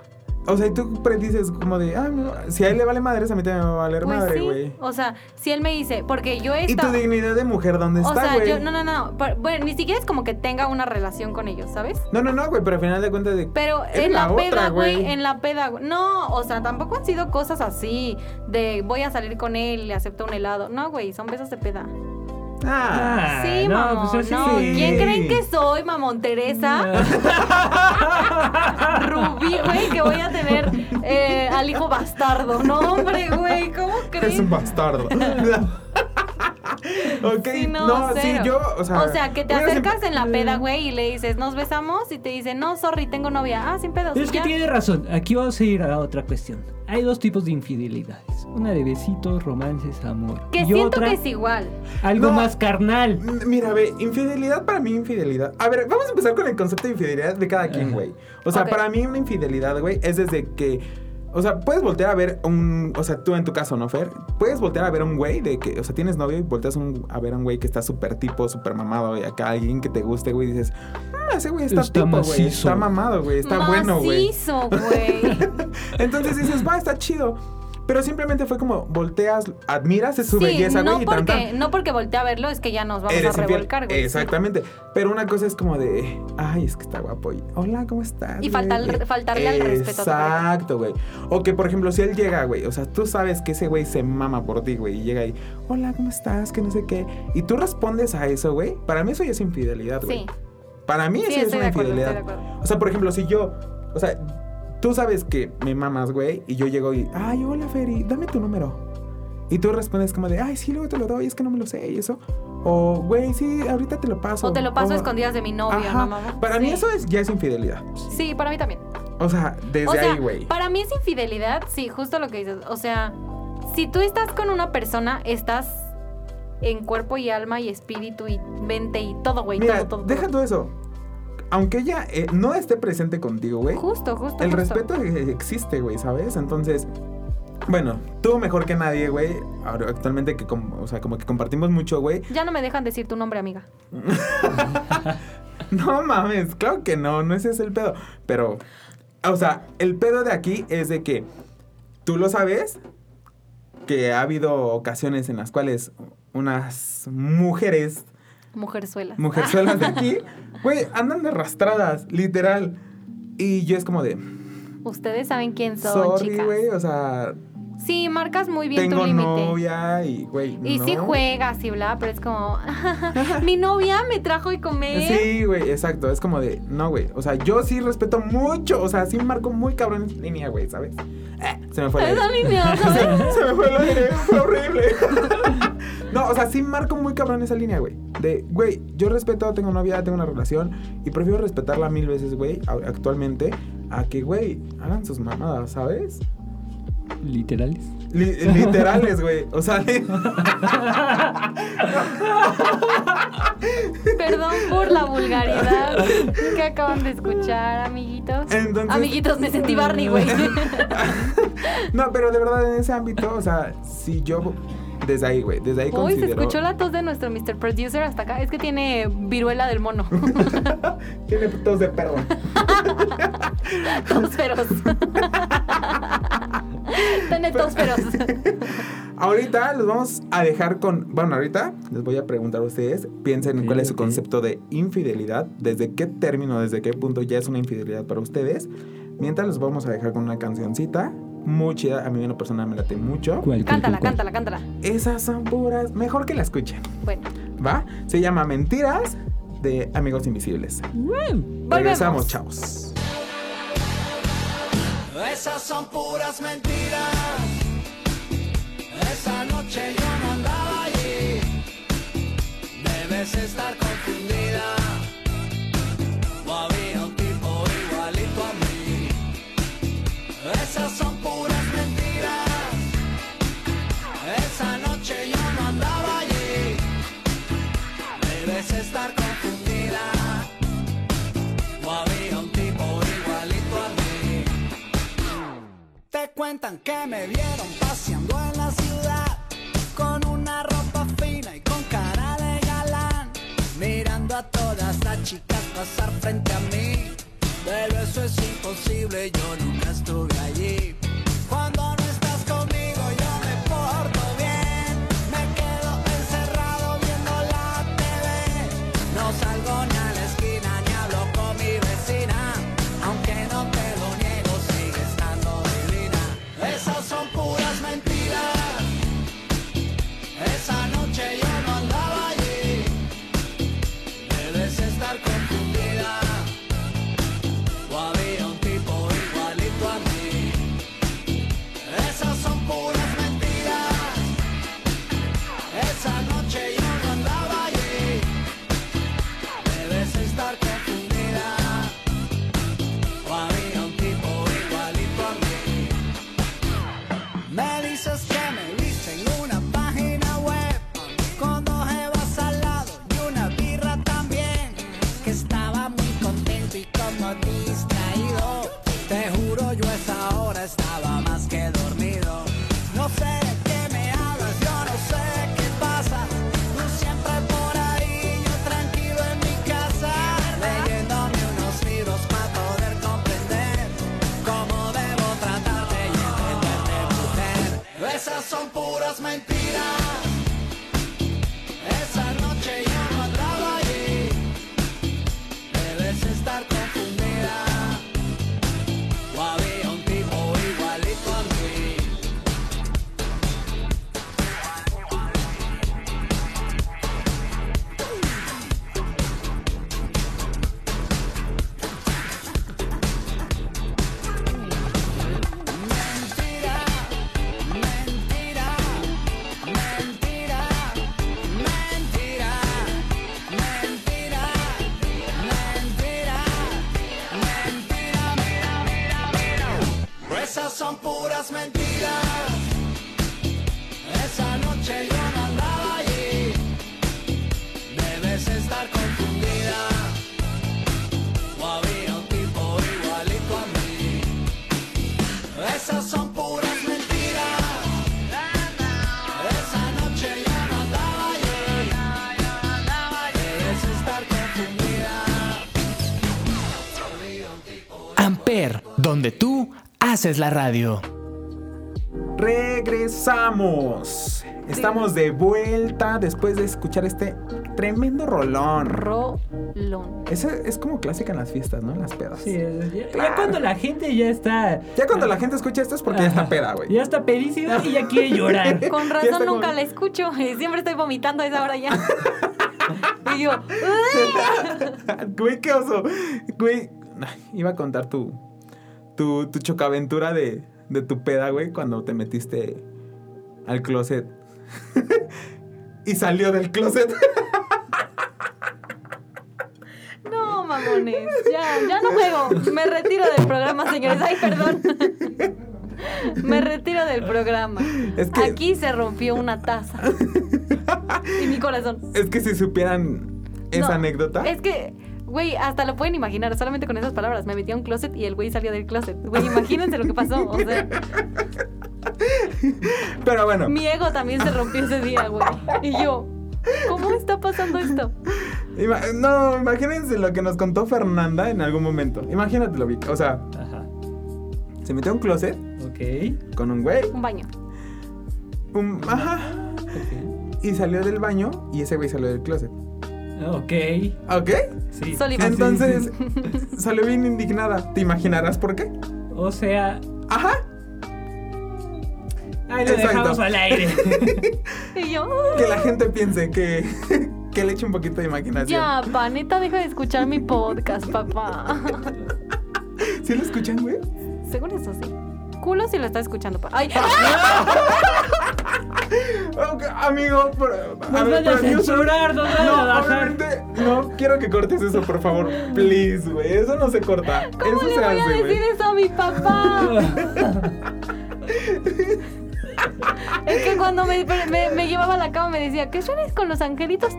o sea, y tú pre- dices como de, ah, no, si a él le vale madres, a mí también me va a valer
Pues
madre,
sí.
güey.
O sea, si él me dice, porque yo he
¿Y tu
estado.
dignidad de mujer dónde
O
está,
sea,
güey?
yo, no, no, no. por- bueno, ni siquiera es como que tenga una relación con ellos, ¿sabes?
no, no, no, güey, pero al final de cuentas de
Pero
Es
en la,
la otra,
peda, güey,
güey.
en la peda, güey. no, o sea, tampoco han sido cosas así de voy a salir con él, le acepto un helado. No, güey, son besos de peda. [LAUGHS]
ah,
Ah,
sí,
no,
mamón,
pues así
no.
sí.
¿Quién creen que
[LAUGHS]
Ah, soy, mamón Teresa? Rubí, güey, que voy a tener eh, al hijo bastardo. No, hombre, güey, ¿cómo crees?
es un bastardo. [LAUGHS]
[LAUGHS]
ok,
Sí,
no, sí,
cero.
yo, o sea,
que te
hubiera
acercas
siempre-
en la peda, güey, y le dices, nos besamos, y te dice, no, sorry, tengo novia. Ah, sin pedos.
Es
y
que
ya.
tiene razón. Aquí vamos a ir a otra cuestión. Hay dos tipos de infidelidades. Una de besitos, romances, amor.
Que
y
siento
otra,
que es igual.
algo
No.
más carnal.
Mm, Mira, ve, infidelidad para mí, infidelidad. A ver, vamos a empezar con el concepto de infidelidad de cada quien, güey. O sea,
Ok.
para mí una infidelidad, güey, es desde que. O sea, puedes voltear a ver un. O sea, tú en tu caso, ¿no, Fer? Puedes voltear a ver a un güey de que. O sea, tienes novio y volteas un- a ver a un güey que está súper tipo, súper mamado. Y acá alguien que te guste, güey, dices. "Mm, ese güey está,
Está
tipo, güey.
macizo.
Está mamado, güey. Está bueno, güey. [LAUGHS]
Macizo, güey.
Entonces dices, va, está chido. Pero simplemente fue como volteas, admiras su
sí,
belleza,
no
güey, y tan, tan.
porque, no porque volteé a verlo, es que ya nos vamos
Eres
a
infiel.
revolcar, güey. sí.
Exactamente. Pero una cosa es como de, ay, es que está guapo. Y, Hola, ¿cómo estás?
Y faltar-
güey?"
faltarle al respeto a tu pareja.
Exacto, güey. O que, por ejemplo, si él llega, güey, o sea, tú sabes que ese güey se mama por ti, güey, y llega ahí, hola, ¿cómo estás? Que no sé qué. Y tú respondes a eso, güey. Para mí eso ya es infidelidad, güey.
Sí,
Para mí
sí,
eso es
estoy de
una
acuerdo, estoy de
infidelidad.
acuerdo.
O sea, por ejemplo, si yo, o sea, tú sabes que me mamas, güey, y yo llego y, ay, hola, Feri, dame tu número. Y tú respondes como de, ay, sí, luego te lo doy, es que no me lo sé y eso. O, güey, sí, ahorita te lo paso.
O te lo paso a
escondido.
escondidas de mi novio,
Ajá.
¿no, mamá?
Para mí
Sí.
eso es, ya es infidelidad.
Sí, para mí también.
O sea, desde
o sea,
ahí, güey.
para mí es infidelidad, sí, justo lo que dices. O sea, si tú estás con una persona, estás en cuerpo y alma y espíritu y mente y todo, güey,
Mira,
todo, todo.
deja
todo.
todo eso. Aunque ella eh, no esté presente contigo, güey.
Justo, justo.
El
justo.
respeto eh, existe, güey, ¿sabes? Entonces, bueno, tú mejor que nadie, güey. ahora Actualmente que, como, o sea, como que compartimos mucho, güey. [LAUGHS]
Ya no me dejan decir tu nombre, amiga.
No mames, claro que no, no ese es el pedo. Pero, o sea, el pedo de aquí es de que tú lo sabes, que ha habido ocasiones en las cuales unas mujeres,
Mujerzuela.
mujerzuelas de
[LAUGHS]
aquí, güey, andan de arrastradas, literal. Y yo es como de,
Ustedes saben quién son,
sorry,
chicas.
güey, o sea,
Sí, marcas muy bien tu
tengo
límite.
novia y, güey,
Y
no.
sí juegas y bla, pero es como, [LAUGHS] mi novia me trajo y comer. [LAUGHS]
Sí, güey, exacto. Es como de, no, güey. O sea, yo sí respeto mucho. O sea, sí marco muy cabrón en línea, güey, ¿sabes? Eh, se me fue el aire.
Esa línea, ¿sabes?
Se me fue el aire, fue horrible. [LAUGHS] No, o sea, sí marco muy cabrón esa línea, güey. De, güey, yo respeto, tengo novia, tengo una relación y prefiero respetarla mil veces, güey, a- actualmente, a que, güey, hagan sus mamadas, ¿sabes?
Literales.
Li- literales, güey. O sea, [LAUGHS] li-
Perdón por la vulgaridad que acaban de escuchar, amiguitos.
Entonces-
Amiguitos, me sentí
[LAUGHS]
Barney, güey.
no, pero de verdad, en ese ámbito, o sea, si yo, desde ahí, güey, desde ahí
Uy, se
considero...
escuchó la tos de nuestro Mr. Producer hasta acá. Es que tiene viruela del mono. [LAUGHS]
Tiene putos de perro.
tos feroz. [LAUGHS] tiene tos feroz.
Ahorita los vamos a dejar con. Bueno, ahorita les voy a preguntar a ustedes. Piensen
Ok,
cuál es su
ok.
concepto de infidelidad. Desde qué término, desde qué punto ya es una infidelidad para ustedes. Mientras los vamos a dejar con una cancioncita. Muy chida. A mí en lo personal me late mucho.
¿Cuál, cuál,
cántala,
cuál, cuál?
cántala, cántala.
Esas son puras. Mejor que la escuchen.
Bueno,
¿Va? Se llama Mentiras de Amigos Invisibles.
Mm, Volvemos.
Regresamos, chavos.
Esas son puras mentiras. Esa noche yo no andaba allí. Debes estar confundida. O había un tipo igualito a mí. Esas son puras mentiras. Esa noche yo no andaba allí. Debes estar confundida. O había un tipo igualito a mí. Te cuentan que me vieron paseando en la ciudad con una ropa fina y con cara de galán, mirando a todas las chicas pasar frente a mí. Pero eso es imposible, yo nunca estuve allí. Cuando no estás conmigo yo me porto bien, me quedo encerrado viendo la TV. No salgo ni a la esquina ni hablo con mi vecina, aunque no te lo niego sigue estando divina. Esas son puras mentiras. Esa noche yo no andaba allí. Debes estar confundida. O había un tipo igualito a mí. Esas son puras mentiras. Esa noche yo no andaba allí. Debes estar confundida. O había un tipo igualito a mí. Me dices que me viste en una página web Con dos jevas al lado y una birra también Que estaba muy contento y como distraído Te juro yo a esa hora estaba más que dormido No sé de qué me hablas, yo no sé qué pasa Tú siempre por ahí, yo tranquilo en mi casa Leyéndome unos libros para poder comprender Cómo debo tratarte y entenderte mujer Esas son puras mentiras Esa noche yo no andaba allí Debes estar confundida O había un tipo igualito a mí Mentira, mentira, mentira, mentira, mentira, mentira, mentira, mira, mira, mira. Esas son puras mentiras. Esa noche yo no andaba allí. Debes estar confundida. O había un tipo igualito a mí. Esas son puras mentiras. Esa noche yo no andaba allí. Debes estar confundida.
Amper, donde tú haces la radio.
Regresamos. Estamos de vuelta después de escuchar este tremendo rolón.
Rolón.
Esa es como clásica en las fiestas, ¿no? En las pedas.
Sí, ya, ya cuando la gente ya está.
Ya cuando
Ah.
la gente escucha esto es porque ya está peda, güey.
Ya está pedísima y ya quiere llorar.
[LAUGHS]
Con
Ya está
razón
como-
nunca la escucho. [LAUGHS] Siempre estoy vomitando a esa hora ya. [LAUGHS] y
[LAUGHS]
yo,
[LAUGHS] Güey, qué oso. Güey, ay, iba a contar tu, tu, tu chocaventura de, de tu peda, güey, cuando te metiste al closet. [LAUGHS] y salió del closet. [LAUGHS]
no, mamones. Ya, ya no juego. Me retiro del programa, señores. Ay, perdón. [LAUGHS] Me retiro del programa.
Es que-
Aquí se rompió una taza. y mi corazón.
es que si supieran esa
No,
anécdota.
Es que, güey, hasta lo pueden imaginar, solamente con esas palabras. Me metí a un closet y el güey salió del closet. Güey, imagínense lo que pasó. O sea,
[LAUGHS] Pero bueno,
mi ego también se rompió ese día, güey. Y yo, ¿cómo está pasando esto?
ima- no, imagínense lo que nos contó Fernanda en algún momento. Imagínatelo, Vic. O sea,
Ajá.
se metió a un closet
Ok.
con un güey.
Un baño.
un- ajá.
Ok.
Y salió del baño y ese güey salió del closet.
Ok.
¿Ok?
Sí.
Sol y
Ah, sí, sí,
Entonces,
[LAUGHS] sí.
salió bien indignada. ¿Te imaginarás por qué?
O sea.
Ajá.
Ahí lo
Exacto. [LAUGHS]
dejamos al aire.
Y yo,
Que [LAUGHS] la gente piense que, que le eche un poquito de imaginación.
Ya, pa, neta, deja de escuchar mi podcast, papá.
¿Sí lo escuchan, güey?
Según eso, sí. Culo si lo está escuchando, pa.
[LAUGHS]
¡Ay! ¡Ah!
Ok, amigo, por, a
Nos
ver,
van a
para mí,
censurar, nos van
no,
a bajar.
obviamente, no quiero que cortes eso, por favor. Please, güey. Eso no se corta.
¿Cómo
eso
le
se
voy a
hace, güey.
decir eso a mi papá?
[LAUGHS]
Es que cuando me, me- me llevaba a la cama me decía, ¿qué suenes con los angelitos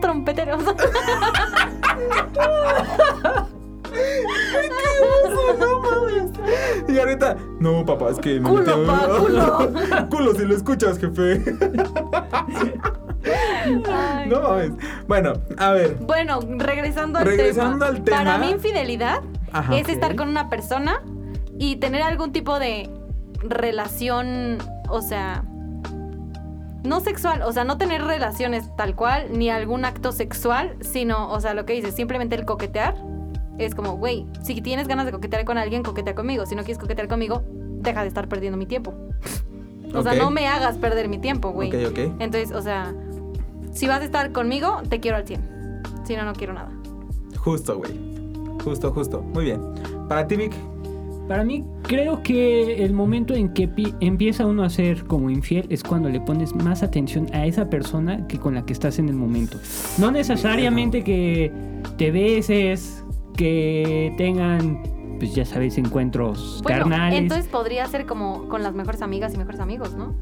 [LAUGHS]
trompeteros?
Eso, no mames. [LAUGHS] Y ahorita, no, papá, es que me
Culo,
metí-
pa, culo.
[LAUGHS] culo si lo escuchas, jefe.
Ay.
No mames. Bueno, a ver.
Bueno, regresando al
Regresando
tema.
al tema.
Para mí infidelidad
Ajá.
es estar con una persona y tener algún tipo de relación, o sea, no sexual, o sea, no tener relaciones tal cual ni algún acto sexual, sino, o sea, lo que dices, simplemente el coquetear es como, güey, si tienes ganas de coquetear con alguien, coquetea conmigo, si no quieres coquetear conmigo, deja de estar perdiendo mi tiempo. O sea,
Ok.
no me hagas perder mi tiempo, güey.
Ok, ok.
Entonces, o sea, si vas a estar conmigo, te quiero al 100. Si no, no quiero nada.
Justo, güey. Justo, justo. Muy bien. Para ti, Vic.
Para mí, creo que el momento en que pi- empieza uno a ser como infiel es cuando le pones más atención a esa persona que con la que estás en el momento. No necesariamente que te beses, que tengan, pues ya sabes, encuentros
Bueno,
carnales.
entonces podría ser como con las mejores amigas y mejores amigos, ¿no?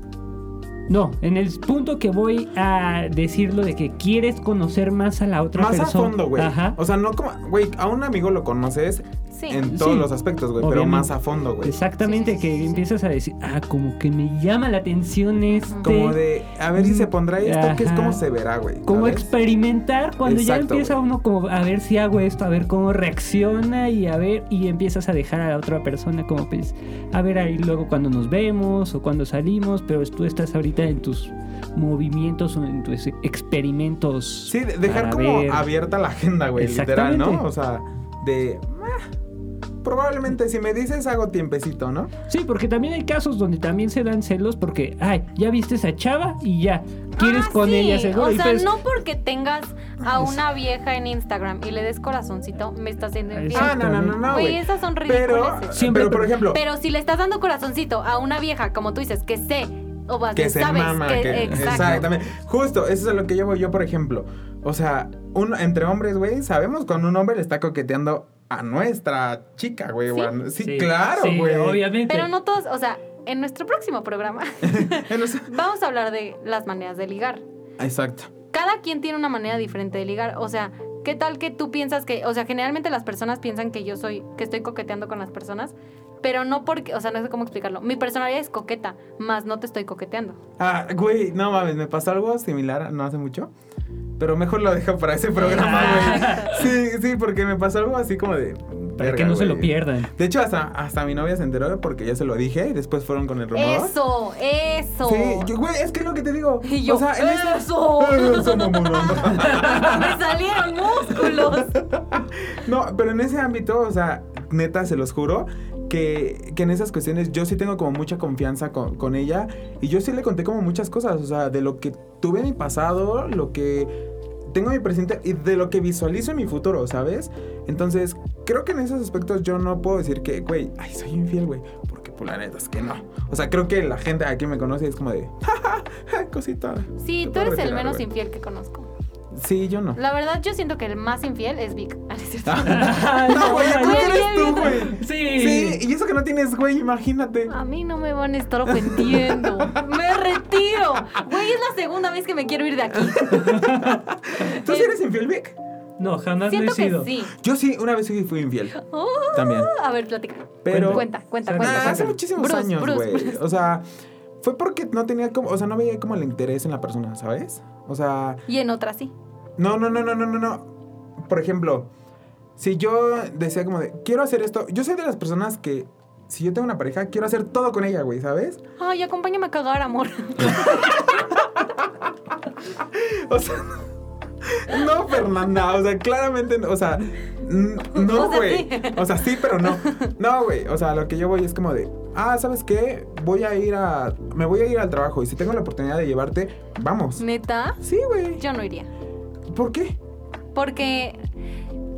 No, en el punto que voy a decirlo de que quieres conocer más a la otra
Más
persona.
a fondo, güey.
Ajá.
O sea, no como. Güey, a un amigo lo conoces
Sí.
en todos
Sí.
los aspectos, güey. Pero
Obviamente.
más a fondo, güey.
Exactamente,
Sí, sí, sí,
que
sí, sí.
empiezas a decir, ah, como que me llama la atención este.
Como de. A ver si se pondrá esto, que es
Ajá.
como se verá, güey.
Como
¿sabes?
experimentar cuando ya
Exacto,
empieza
güey.
uno como a ver si hago esto, a ver cómo reacciona y a ver y empiezas a dejar a la otra persona como pues a ver ahí luego cuando nos vemos o cuando salimos, pero tú estás ahorita en tus movimientos o en tus experimentos.
Sí, de-
para
dejar como
ver.
abierta la agenda, güey, literal, ¿no?
Exactamente.
O sea, de. "Ah, probablemente si me dices hago tiempecito, ¿no?
Sí, porque también hay casos donde también se dan celos porque, ay, ya viste esa chava y ya quieres
Ah,
con
sí.
ella seguro
O
y
sea,
pues,
no porque tengas a una vieja en Instagram y le des corazoncito, me estás haciendo
Ah,
infiel.
Ah, no, no, no, no.
Güey,
güey.
esas son
Pero,
ridiculeces.
Siempre-
pero por ejemplo,
Pero si le estás dando corazoncito a una vieja, como tú dices, que sé o vas
que
que
se
sabes
mama.
que,
que-
exacto.
exactamente. Justo, eso es a lo que llevo yo, por ejemplo. O sea, un, entre hombres, güey, sabemos cuando un hombre le está coqueteando a nuestra chica, güey. o a- ¿Sí? claro,
sí,
güey. [LAUGHS]
obviamente.
Pero no todos, o sea, en nuestro próximo programa [LAUGHS]
En los-
vamos a hablar de las maneras de ligar.
Exacto.
cada quien tiene una manera diferente de ligar. O sea, ¿qué tal que tú piensas que, o sea, generalmente las personas piensan que yo soy, que estoy coqueteando con las personas, pero no porque, o sea, no sé cómo explicarlo. Mi personalidad es coqueta, más no te estoy coqueteando.
Ah, güey, no mames, me pasó algo similar no hace mucho. Pero mejor lo dejo para ese programa, güey. Sí, sí, porque me pasó algo así como de.
para que
verga,
no se lo
güey. [LAUGHS]
pierdan.
De hecho, hasta, hasta mi novia se enteró porque yo se lo dije y después fueron con el rumor.
Eso, eso.
Sí, yo- güey, es que es lo que te digo.
Y yo,
o sea, en ese-
eso.
[LAUGHS] Eso, mamona.
[LAUGHS] Me salieron músculos.
No, pero en ese ámbito, o sea, neta, se los juro, que, que en esas cuestiones yo sí tengo como mucha confianza con, con ella y yo sí le conté como muchas cosas, o sea, de lo que tuve en mi pasado, lo que tengo en mi presente y de lo que visualizo en mi futuro, ¿sabes? Entonces, creo que en esos aspectos yo no puedo decir que, güey, ay, soy infiel, güey, porque por la neta es que no. O sea, creo que la gente aquí me conoce y es como de, ja, ja, ja, cosita.
Sí,
Te
tú
puedo
eres el
retirar,
menos
güey.
infiel que conozco.
Sí, yo no.
La verdad, yo siento que el más infiel es Vic. [LAUGHS] Ah, no es cierto.
no, güey, ¿a
Güey,
poco eres tú,
bien,
güey?
Sí.
Sí, y eso que no tienes, güey, imagínate.
A mí no me van a estar ofendiendo. Me retiro. Güey, es la segunda vez que me quiero ir
[LAUGHS]
de aquí.
[LAUGHS] ¿Tú sí eres infiel, Vic?
No, jamás lo he
Siento que
sido.
sí.
Yo sí, una vez sí fui infiel.
Oh,
También.
a ver, platica.
Pero.
Cuenta, cuenta,
Ah,
Nah,
cuenta.
hace
cuenta.
muchísimos
Bruce,
años,
Bruce,
güey.
Bruce.
O sea, fue porque no tenía como. O sea, no veía como el interés en la persona, ¿sabes? O sea,
Y en otra sí.
no, no, no, no, no, no, no. Por ejemplo, si yo decía como de, quiero hacer esto. Yo soy de las personas que, si yo tengo una pareja, quiero hacer todo con ella, güey, ¿sabes?
Ay, acompáñame a cagar, amor. [LAUGHS]
[LAUGHS] O sea. No, Fernanda, o sea, claramente, no, o sea, n- no,
O sea,
güey.
sí.
O sea, sí, pero no. No, güey, o sea, lo que yo voy es como de, ah, ¿sabes qué? Voy a ir a, me voy a ir al trabajo y si tengo la oportunidad de llevarte, vamos.
Neta,
Sí, güey.
yo no iría.
¿Por qué?
Porque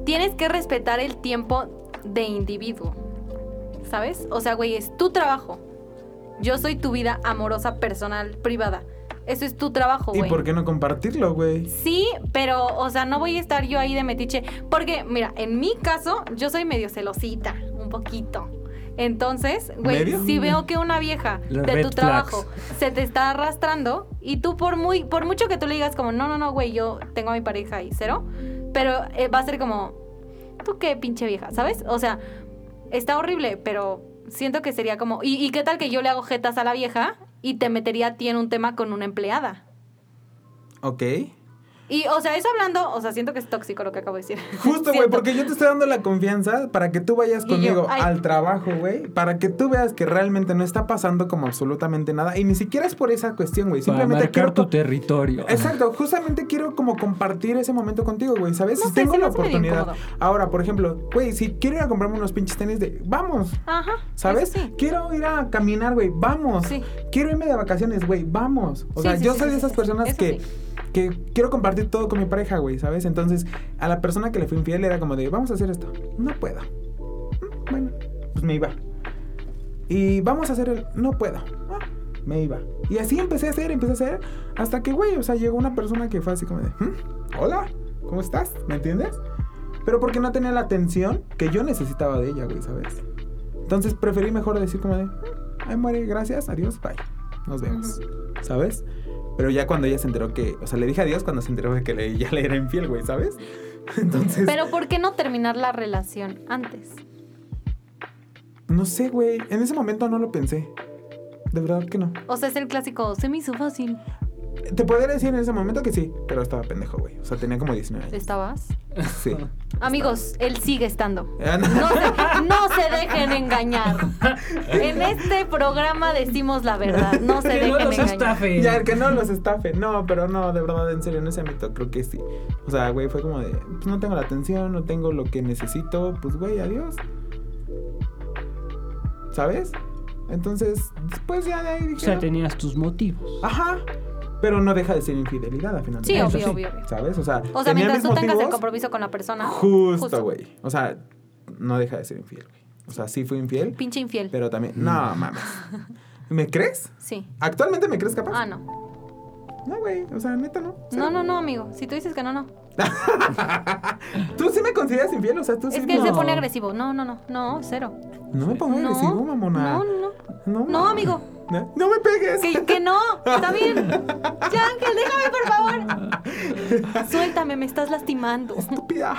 tienes que respetar el tiempo de individuo. ¿Sabes? O sea, güey, es tu trabajo. Yo soy tu vida amorosa, personal, privada. Eso es tu trabajo,
¿Y
Oh, güey.
por qué no compartirlo, güey?
Sí, pero, o sea, no voy a estar yo ahí de metiche. Porque, mira, en mi caso, yo soy medio celosita, un poquito. Entonces, güey,
¿Medio?
si veo que una vieja
Los
de
red
tu trabajo se te está arrastrando y tú por muy por mucho que tú le digas como, "No, no, no, güey, yo tengo a mi pareja y cero", pero eh, va a ser como, "Tú qué pinche vieja", ¿sabes? O sea, está horrible, pero siento que sería como, ¿y, y qué tal que yo le hago jetas a la vieja y te metería a ti en un tema con una empleada?
Ok.
Y, o sea, eso hablando, o sea, siento que es tóxico lo que acabo de decir.
[LAUGHS] Justo, güey,
Siento.
porque yo te estoy dando la confianza para que tú vayas
Y yo,
conmigo
ay.
al trabajo, güey. Para que tú veas que realmente no está pasando como absolutamente nada. Y ni siquiera es por esa cuestión, güey.
Para
Simplemente
marcar
quiero...
tu
co-
territorio.
Exacto, justamente quiero como compartir ese momento contigo, güey, ¿sabes?
No
si
sé,
tengo
se me
la
hace medio
oportunidad.
incómodo.
Ahora, por ejemplo, güey, si quiero ir a comprarme unos pinches tenis de... Vamos,
Ajá.
¿Sabes?
eso sí.
Quiero ir a caminar, güey, vamos.
Sí.
Quiero irme de vacaciones, güey, vamos. O
Sí,
sea,
sí,
yo
sí,
soy
sí,
de
sí,
esas
sí.
personas
Eso
que,
sí.
que quiero compartir todo con mi pareja, güey, ¿sabes? Entonces, a la persona que le fui infiel era como de, vamos a hacer esto. No puedo. Mm, Bueno, pues me iba. Y vamos a hacer el, no puedo. Ah, me iba. Y así empecé a hacer, empecé a hacer, hasta que, güey, o sea, llegó una persona que fue así como de, "Mm, hola, ¿cómo estás? ¿Me entiendes? Pero porque no tenía la atención que yo necesitaba de ella, güey, ¿sabes? Entonces preferí mejor decir como de, "Mm, ay, muere, gracias, adiós, bye, nos vemos, ¿sabes? Pero ya cuando ella se enteró que, o sea, le dije adiós cuando se enteró de que le- ya le era infiel, güey, ¿sabes? [LAUGHS] Entonces,
Pero ¿por qué no terminar la relación antes?
no sé, güey, en ese momento no lo pensé. De verdad que no.
O sea, es el clásico, se me hizo fácil.
Te podría decir en ese momento que sí, pero estaba pendejo, güey. O sea, tenía como 19 años.
¿Estabas?
Sí.
Amigos, él sigue estando.
Ah, no.
No se, no se dejen engañar. En este programa decimos la
[LAUGHS]
verdad. No se
Que no
dejen
los
engañar.
estafen.
Ya, el que no los estafe. No, pero no, de verdad, en serio, en ese ámbito creo que sí. O sea, güey, fue como de, pues no tengo la atención, no tengo lo que necesito, pues güey, adiós. ¿Sabes? Entonces, después ya de ahí dije.
O sea,
no.
tenías tus motivos.
Ajá. Pero no deja de ser infidelidad al final. de
Sí,
cuentas,
obvio,
sí.
obvio, obvio.
¿Sabes? O sea,
O sea,
tenía
mientras
mis
tú tengas el
motivos,
compromiso con la persona.
Justo, güey. O sea, no deja de ser infiel, güey. O sea, sí fui infiel,
Pinche infiel.
pero también. No, mames. ¿Me crees?
Sí.
¿Actualmente me crees capaz?
Ah, no.
No, güey. O sea, neta, no.
No, no, no, amigo. Si tú dices que no, no.
¿Tú sí me consideras infiel? O sea, tú sí
Es que él
me-
se pone agresivo. No, no, no. No, cero.
No me pongo
No.
agresivo, mamona.
No, no, no.
No,
No, amigo.
No, no me pegues. [LAUGHS]
Que, que no, está bien. Ya, Ángel, déjame, por favor.
[LAUGHS]
Suéltame, me estás lastimando.
Estúpida.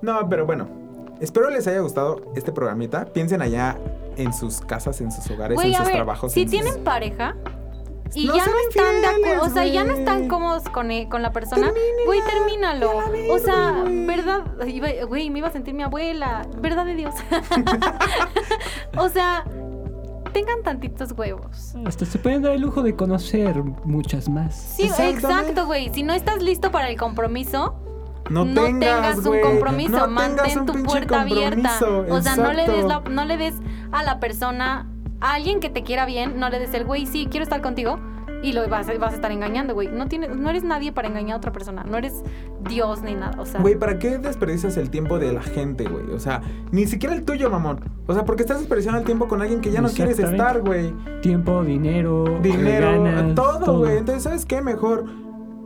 No, pero bueno. Espero les haya gustado este programita. Piensen allá en sus casas, en sus hogares,
Güey,
en
a
sus
ver,
trabajos.
si
en sus-
tienen pareja y
No
ya
sean
no están de
infieles,
acuerdo, o sea, ya no
güey.
están cómodos con, eh, con la persona,
Termínenla,
güey, termínalo.
ya la vi,
O sea,
güey.
verdad, Ay, güey, güey, me iba a sentir mi abuela, verdad
[LAUGHS]
de Dios. o sea, tengan tantitos huevos.
Hasta se pueden dar el lujo de conocer muchas más.
Sí,
Exactamente.
exacto, güey. Si no estás listo para el compromiso,
No,
no tengas, un
güey.
compromiso,
No tengas
mantén
un
tu
pinche
puerta abierta.
compromiso.
O sea, no le, des la-
Exacto.
no le des a la persona, a alguien que te quiera bien, no le des el güey, sí, quiero estar contigo. Y lo vas, a- vas a estar engañando, güey. No, tienes, no eres nadie para engañar a otra persona. No eres Dios ni nada. O sea,
Güey, ¿para qué desperdicias el tiempo de la gente, güey? O sea, ni siquiera el tuyo, mamón. O sea, porque estás desperdiciando el tiempo con alguien que ya no quieres
Exactamente.
estar, güey.
Tiempo, dinero,
dinero,
ganas,
todo, güey. Entonces, ¿sabes qué? Mejor.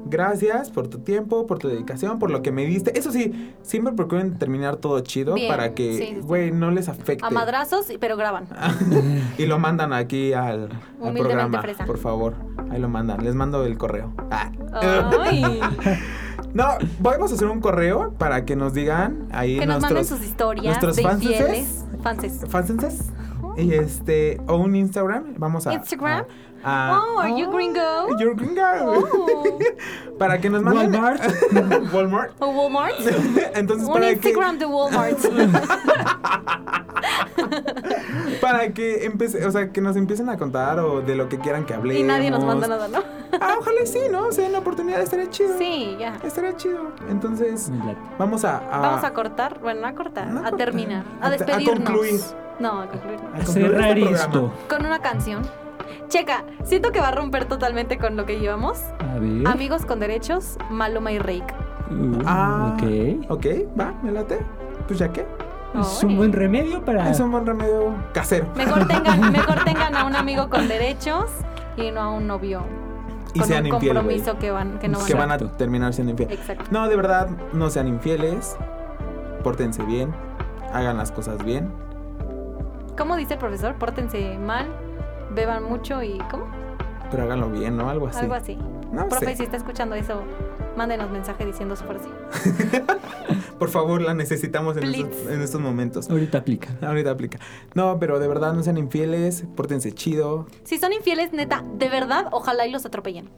Gracias por tu tiempo, por tu dedicación, por lo que me diste. Eso sí, siempre procuren terminar todo chido
Bien,
para
sí, sí,
que,
sí.
güey, no les afecte.
a madrazos, pero graban.
Ah. y lo mandan aquí al, al
Humildemente
programa,
fresa.
por favor. Ahí lo mandan. Les mando el correo. Ah. [LAUGHS]
Ay,
No, vamos a hacer un correo para que nos digan ahí
que nos manden
nuestros
sus historias
nuestros
de
fanses.
infieles. Fanses.
fansenses. Y este, o un Instagram, vamos a... a-
Instagram.
a-
Oh, are you gringo?
You're gringo.
Oh.
[LAUGHS] Para que nos manden.
Walmart.
[LAUGHS] Walmart. [LAUGHS]
¿O Walmart?
Entonces,
Un
para
Instagram
[LAUGHS]
de Walmart.
que, para que empece, o sea, que nos empiecen a contar o de lo que quieran que hablemos.
y nadie nos manda nada, ¿no?
Ah, ojalá y sí, ¿no? O sea, la oportunidad estaría chido.
Sí, ya.
Estaría chido. Entonces,
Me late.
vamos a. a-
Vamos a cortar, bueno, no a cortar,
Ah. No
a
cortar.
terminar,
A-
a
a
despedirnos.
concluir.
No, a concluir.
a concluir
Cerrar
este
esto.
programa.
Con una canción. Checa, siento que va a romper totalmente con lo que llevamos.
A ver.
Amigos con derechos, Maluma y Reik.
Uh,
Ah,
ok.
ok, va, me late. Pues ya qué.
Es un buen remedio para.
Es un buen remedio casero.
Mejor
[LAUGHS]
tengan, mejor tengan a un amigo con derechos y no a un novio
Y
con
sean
un
infieles. güey.
compromiso que van, que no van
que
a-
van a
Exacto.
terminar siendo infieles.
Exacto.
No, de verdad, no sean infieles. Pórtense bien. Hagan las cosas bien.
¿Cómo dice el profesor? Pórtense mal, beban mucho y ¿cómo?
Pero háganlo bien, ¿no? Algo así. Ah,
Algo así.
No
Profe,
sé.
si está escuchando eso, mándenos mensaje diciendo su frase.
Por favor, la necesitamos en,
Please.
estos, en estos momentos.
Ahorita aplica.
Ahorita aplica. No, pero de verdad no sean infieles, pórtense chido.
Si son infieles, neta, de verdad, ojalá y los atropellen.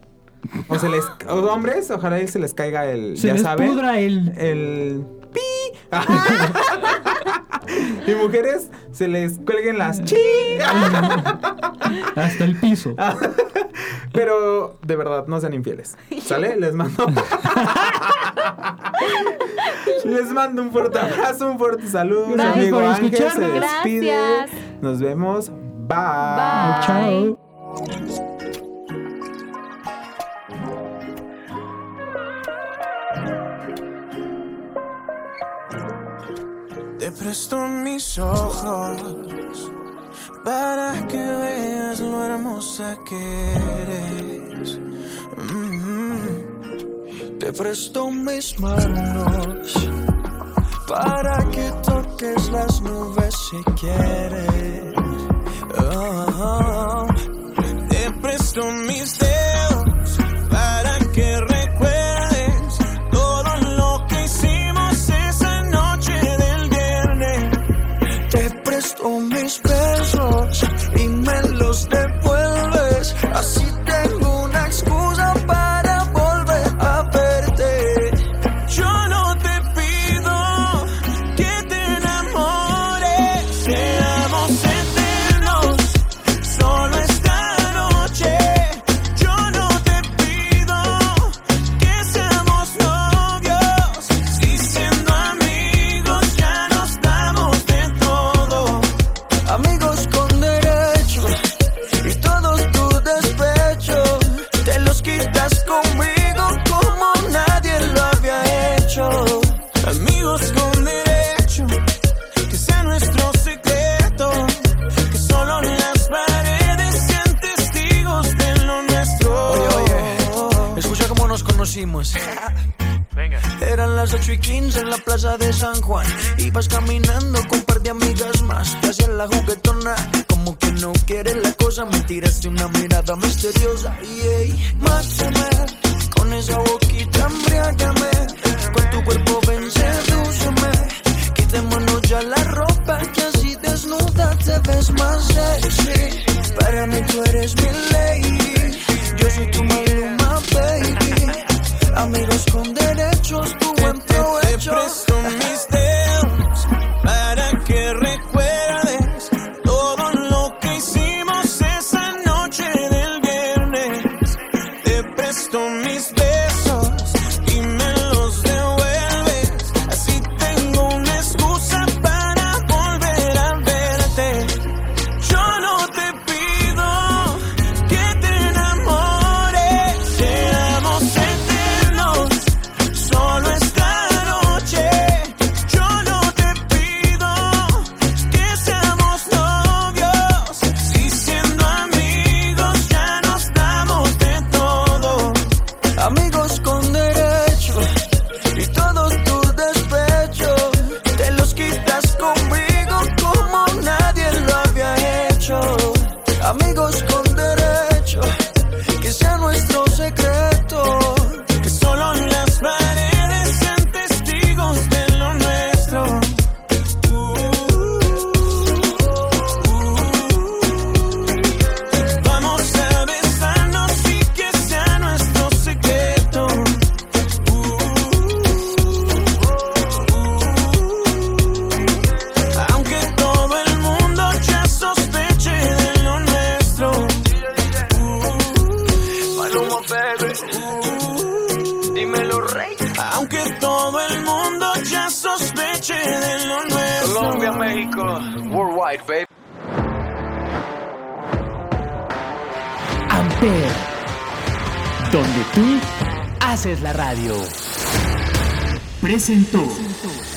O se
[LAUGHS]
les. o hombres, ojalá y se les caiga el.
Se
ya Eh.
les
saben.
pudra el.
El. ¡Pi! [LAUGHS] y mujeres, se les
[LAUGHS]
cuelguen las chi.
Hasta el piso.
Pero de verdad, no sean infieles. ¿Sale? Les mando. [LAUGHS] Les mando un fuerte abrazo, un fuerte saludo. Su
Gracias
amigo
por
Ángel se
escucharnos.
despide.
Gracias.
Nos vemos.
Bye.
Chao.
Te presto mis ojos para que veas lo hermosa que eres. Mm. Te presto mis manos para que toques las nubes si quieres. Oh. Te presto mis dedos para que recuerdes todo lo que hicimos esa noche del viernes. Te presto mis besos y me los devuelves. Así tengo una excusa para volver a verte. Yo no te pido que te enamores, seamos eternos. Solo esta noche yo no te pido que seamos novios. Si siendo amigos ya nos damos de todo. Amigos con derecho y todos tus despechos te los quitas conmigo como nadie lo había hecho. Amigos con derecho que sea nuestro secreto, que solo las paredes sean testigos de lo nuestro. Oye, oye, escucha cómo nos [LAUGHS] conocimos. Eran las 8 y 15 en la plaza de San Juan. Ibas caminando con un par de amigas más. Te hacías la juguetona. Como que no quieres la cosa, me tiraste una mirada misteriosa. Y ey, mátame. Con esa boquita embriágame. Con tu cuerpo ven, sedúceme. Quitémonos ya la ropa, que así desnuda te ves más sexy. Para mí tú eres mi lady. Yo soy tu Maluma, baby. Amigos con derechos, tu buen provecho. Te presto mis dedos para que recuerdes todo lo que hicimos esa noche del viernes. Te presto mis besos y me los devuelves. Así tengo una excusa para volver a verte. Yo no te pido que te enamores, seamos eternos. Solo esta noche, yo no te pido que seamos novios. Si siendo amigos ya nos damos de todo, amigos con derecho y todos tus despechos te los quitas conmigo como nadie lo había hecho. Amigos con derecho, que sea nuestro secreto, que solo las paredes sean testigos de lo nuestro. Uh, uh. Vamos a besarnos y que sea nuestro secreto. Aunque todo el mundo ya sospeche de lo nuestro. Paloma baby. Dímelo, rey. Aunque todo el mundo ya sospeche de lo nuestro. Colombia, México. Worldwide, baby.
Amper, donde tú haces la radio. presentó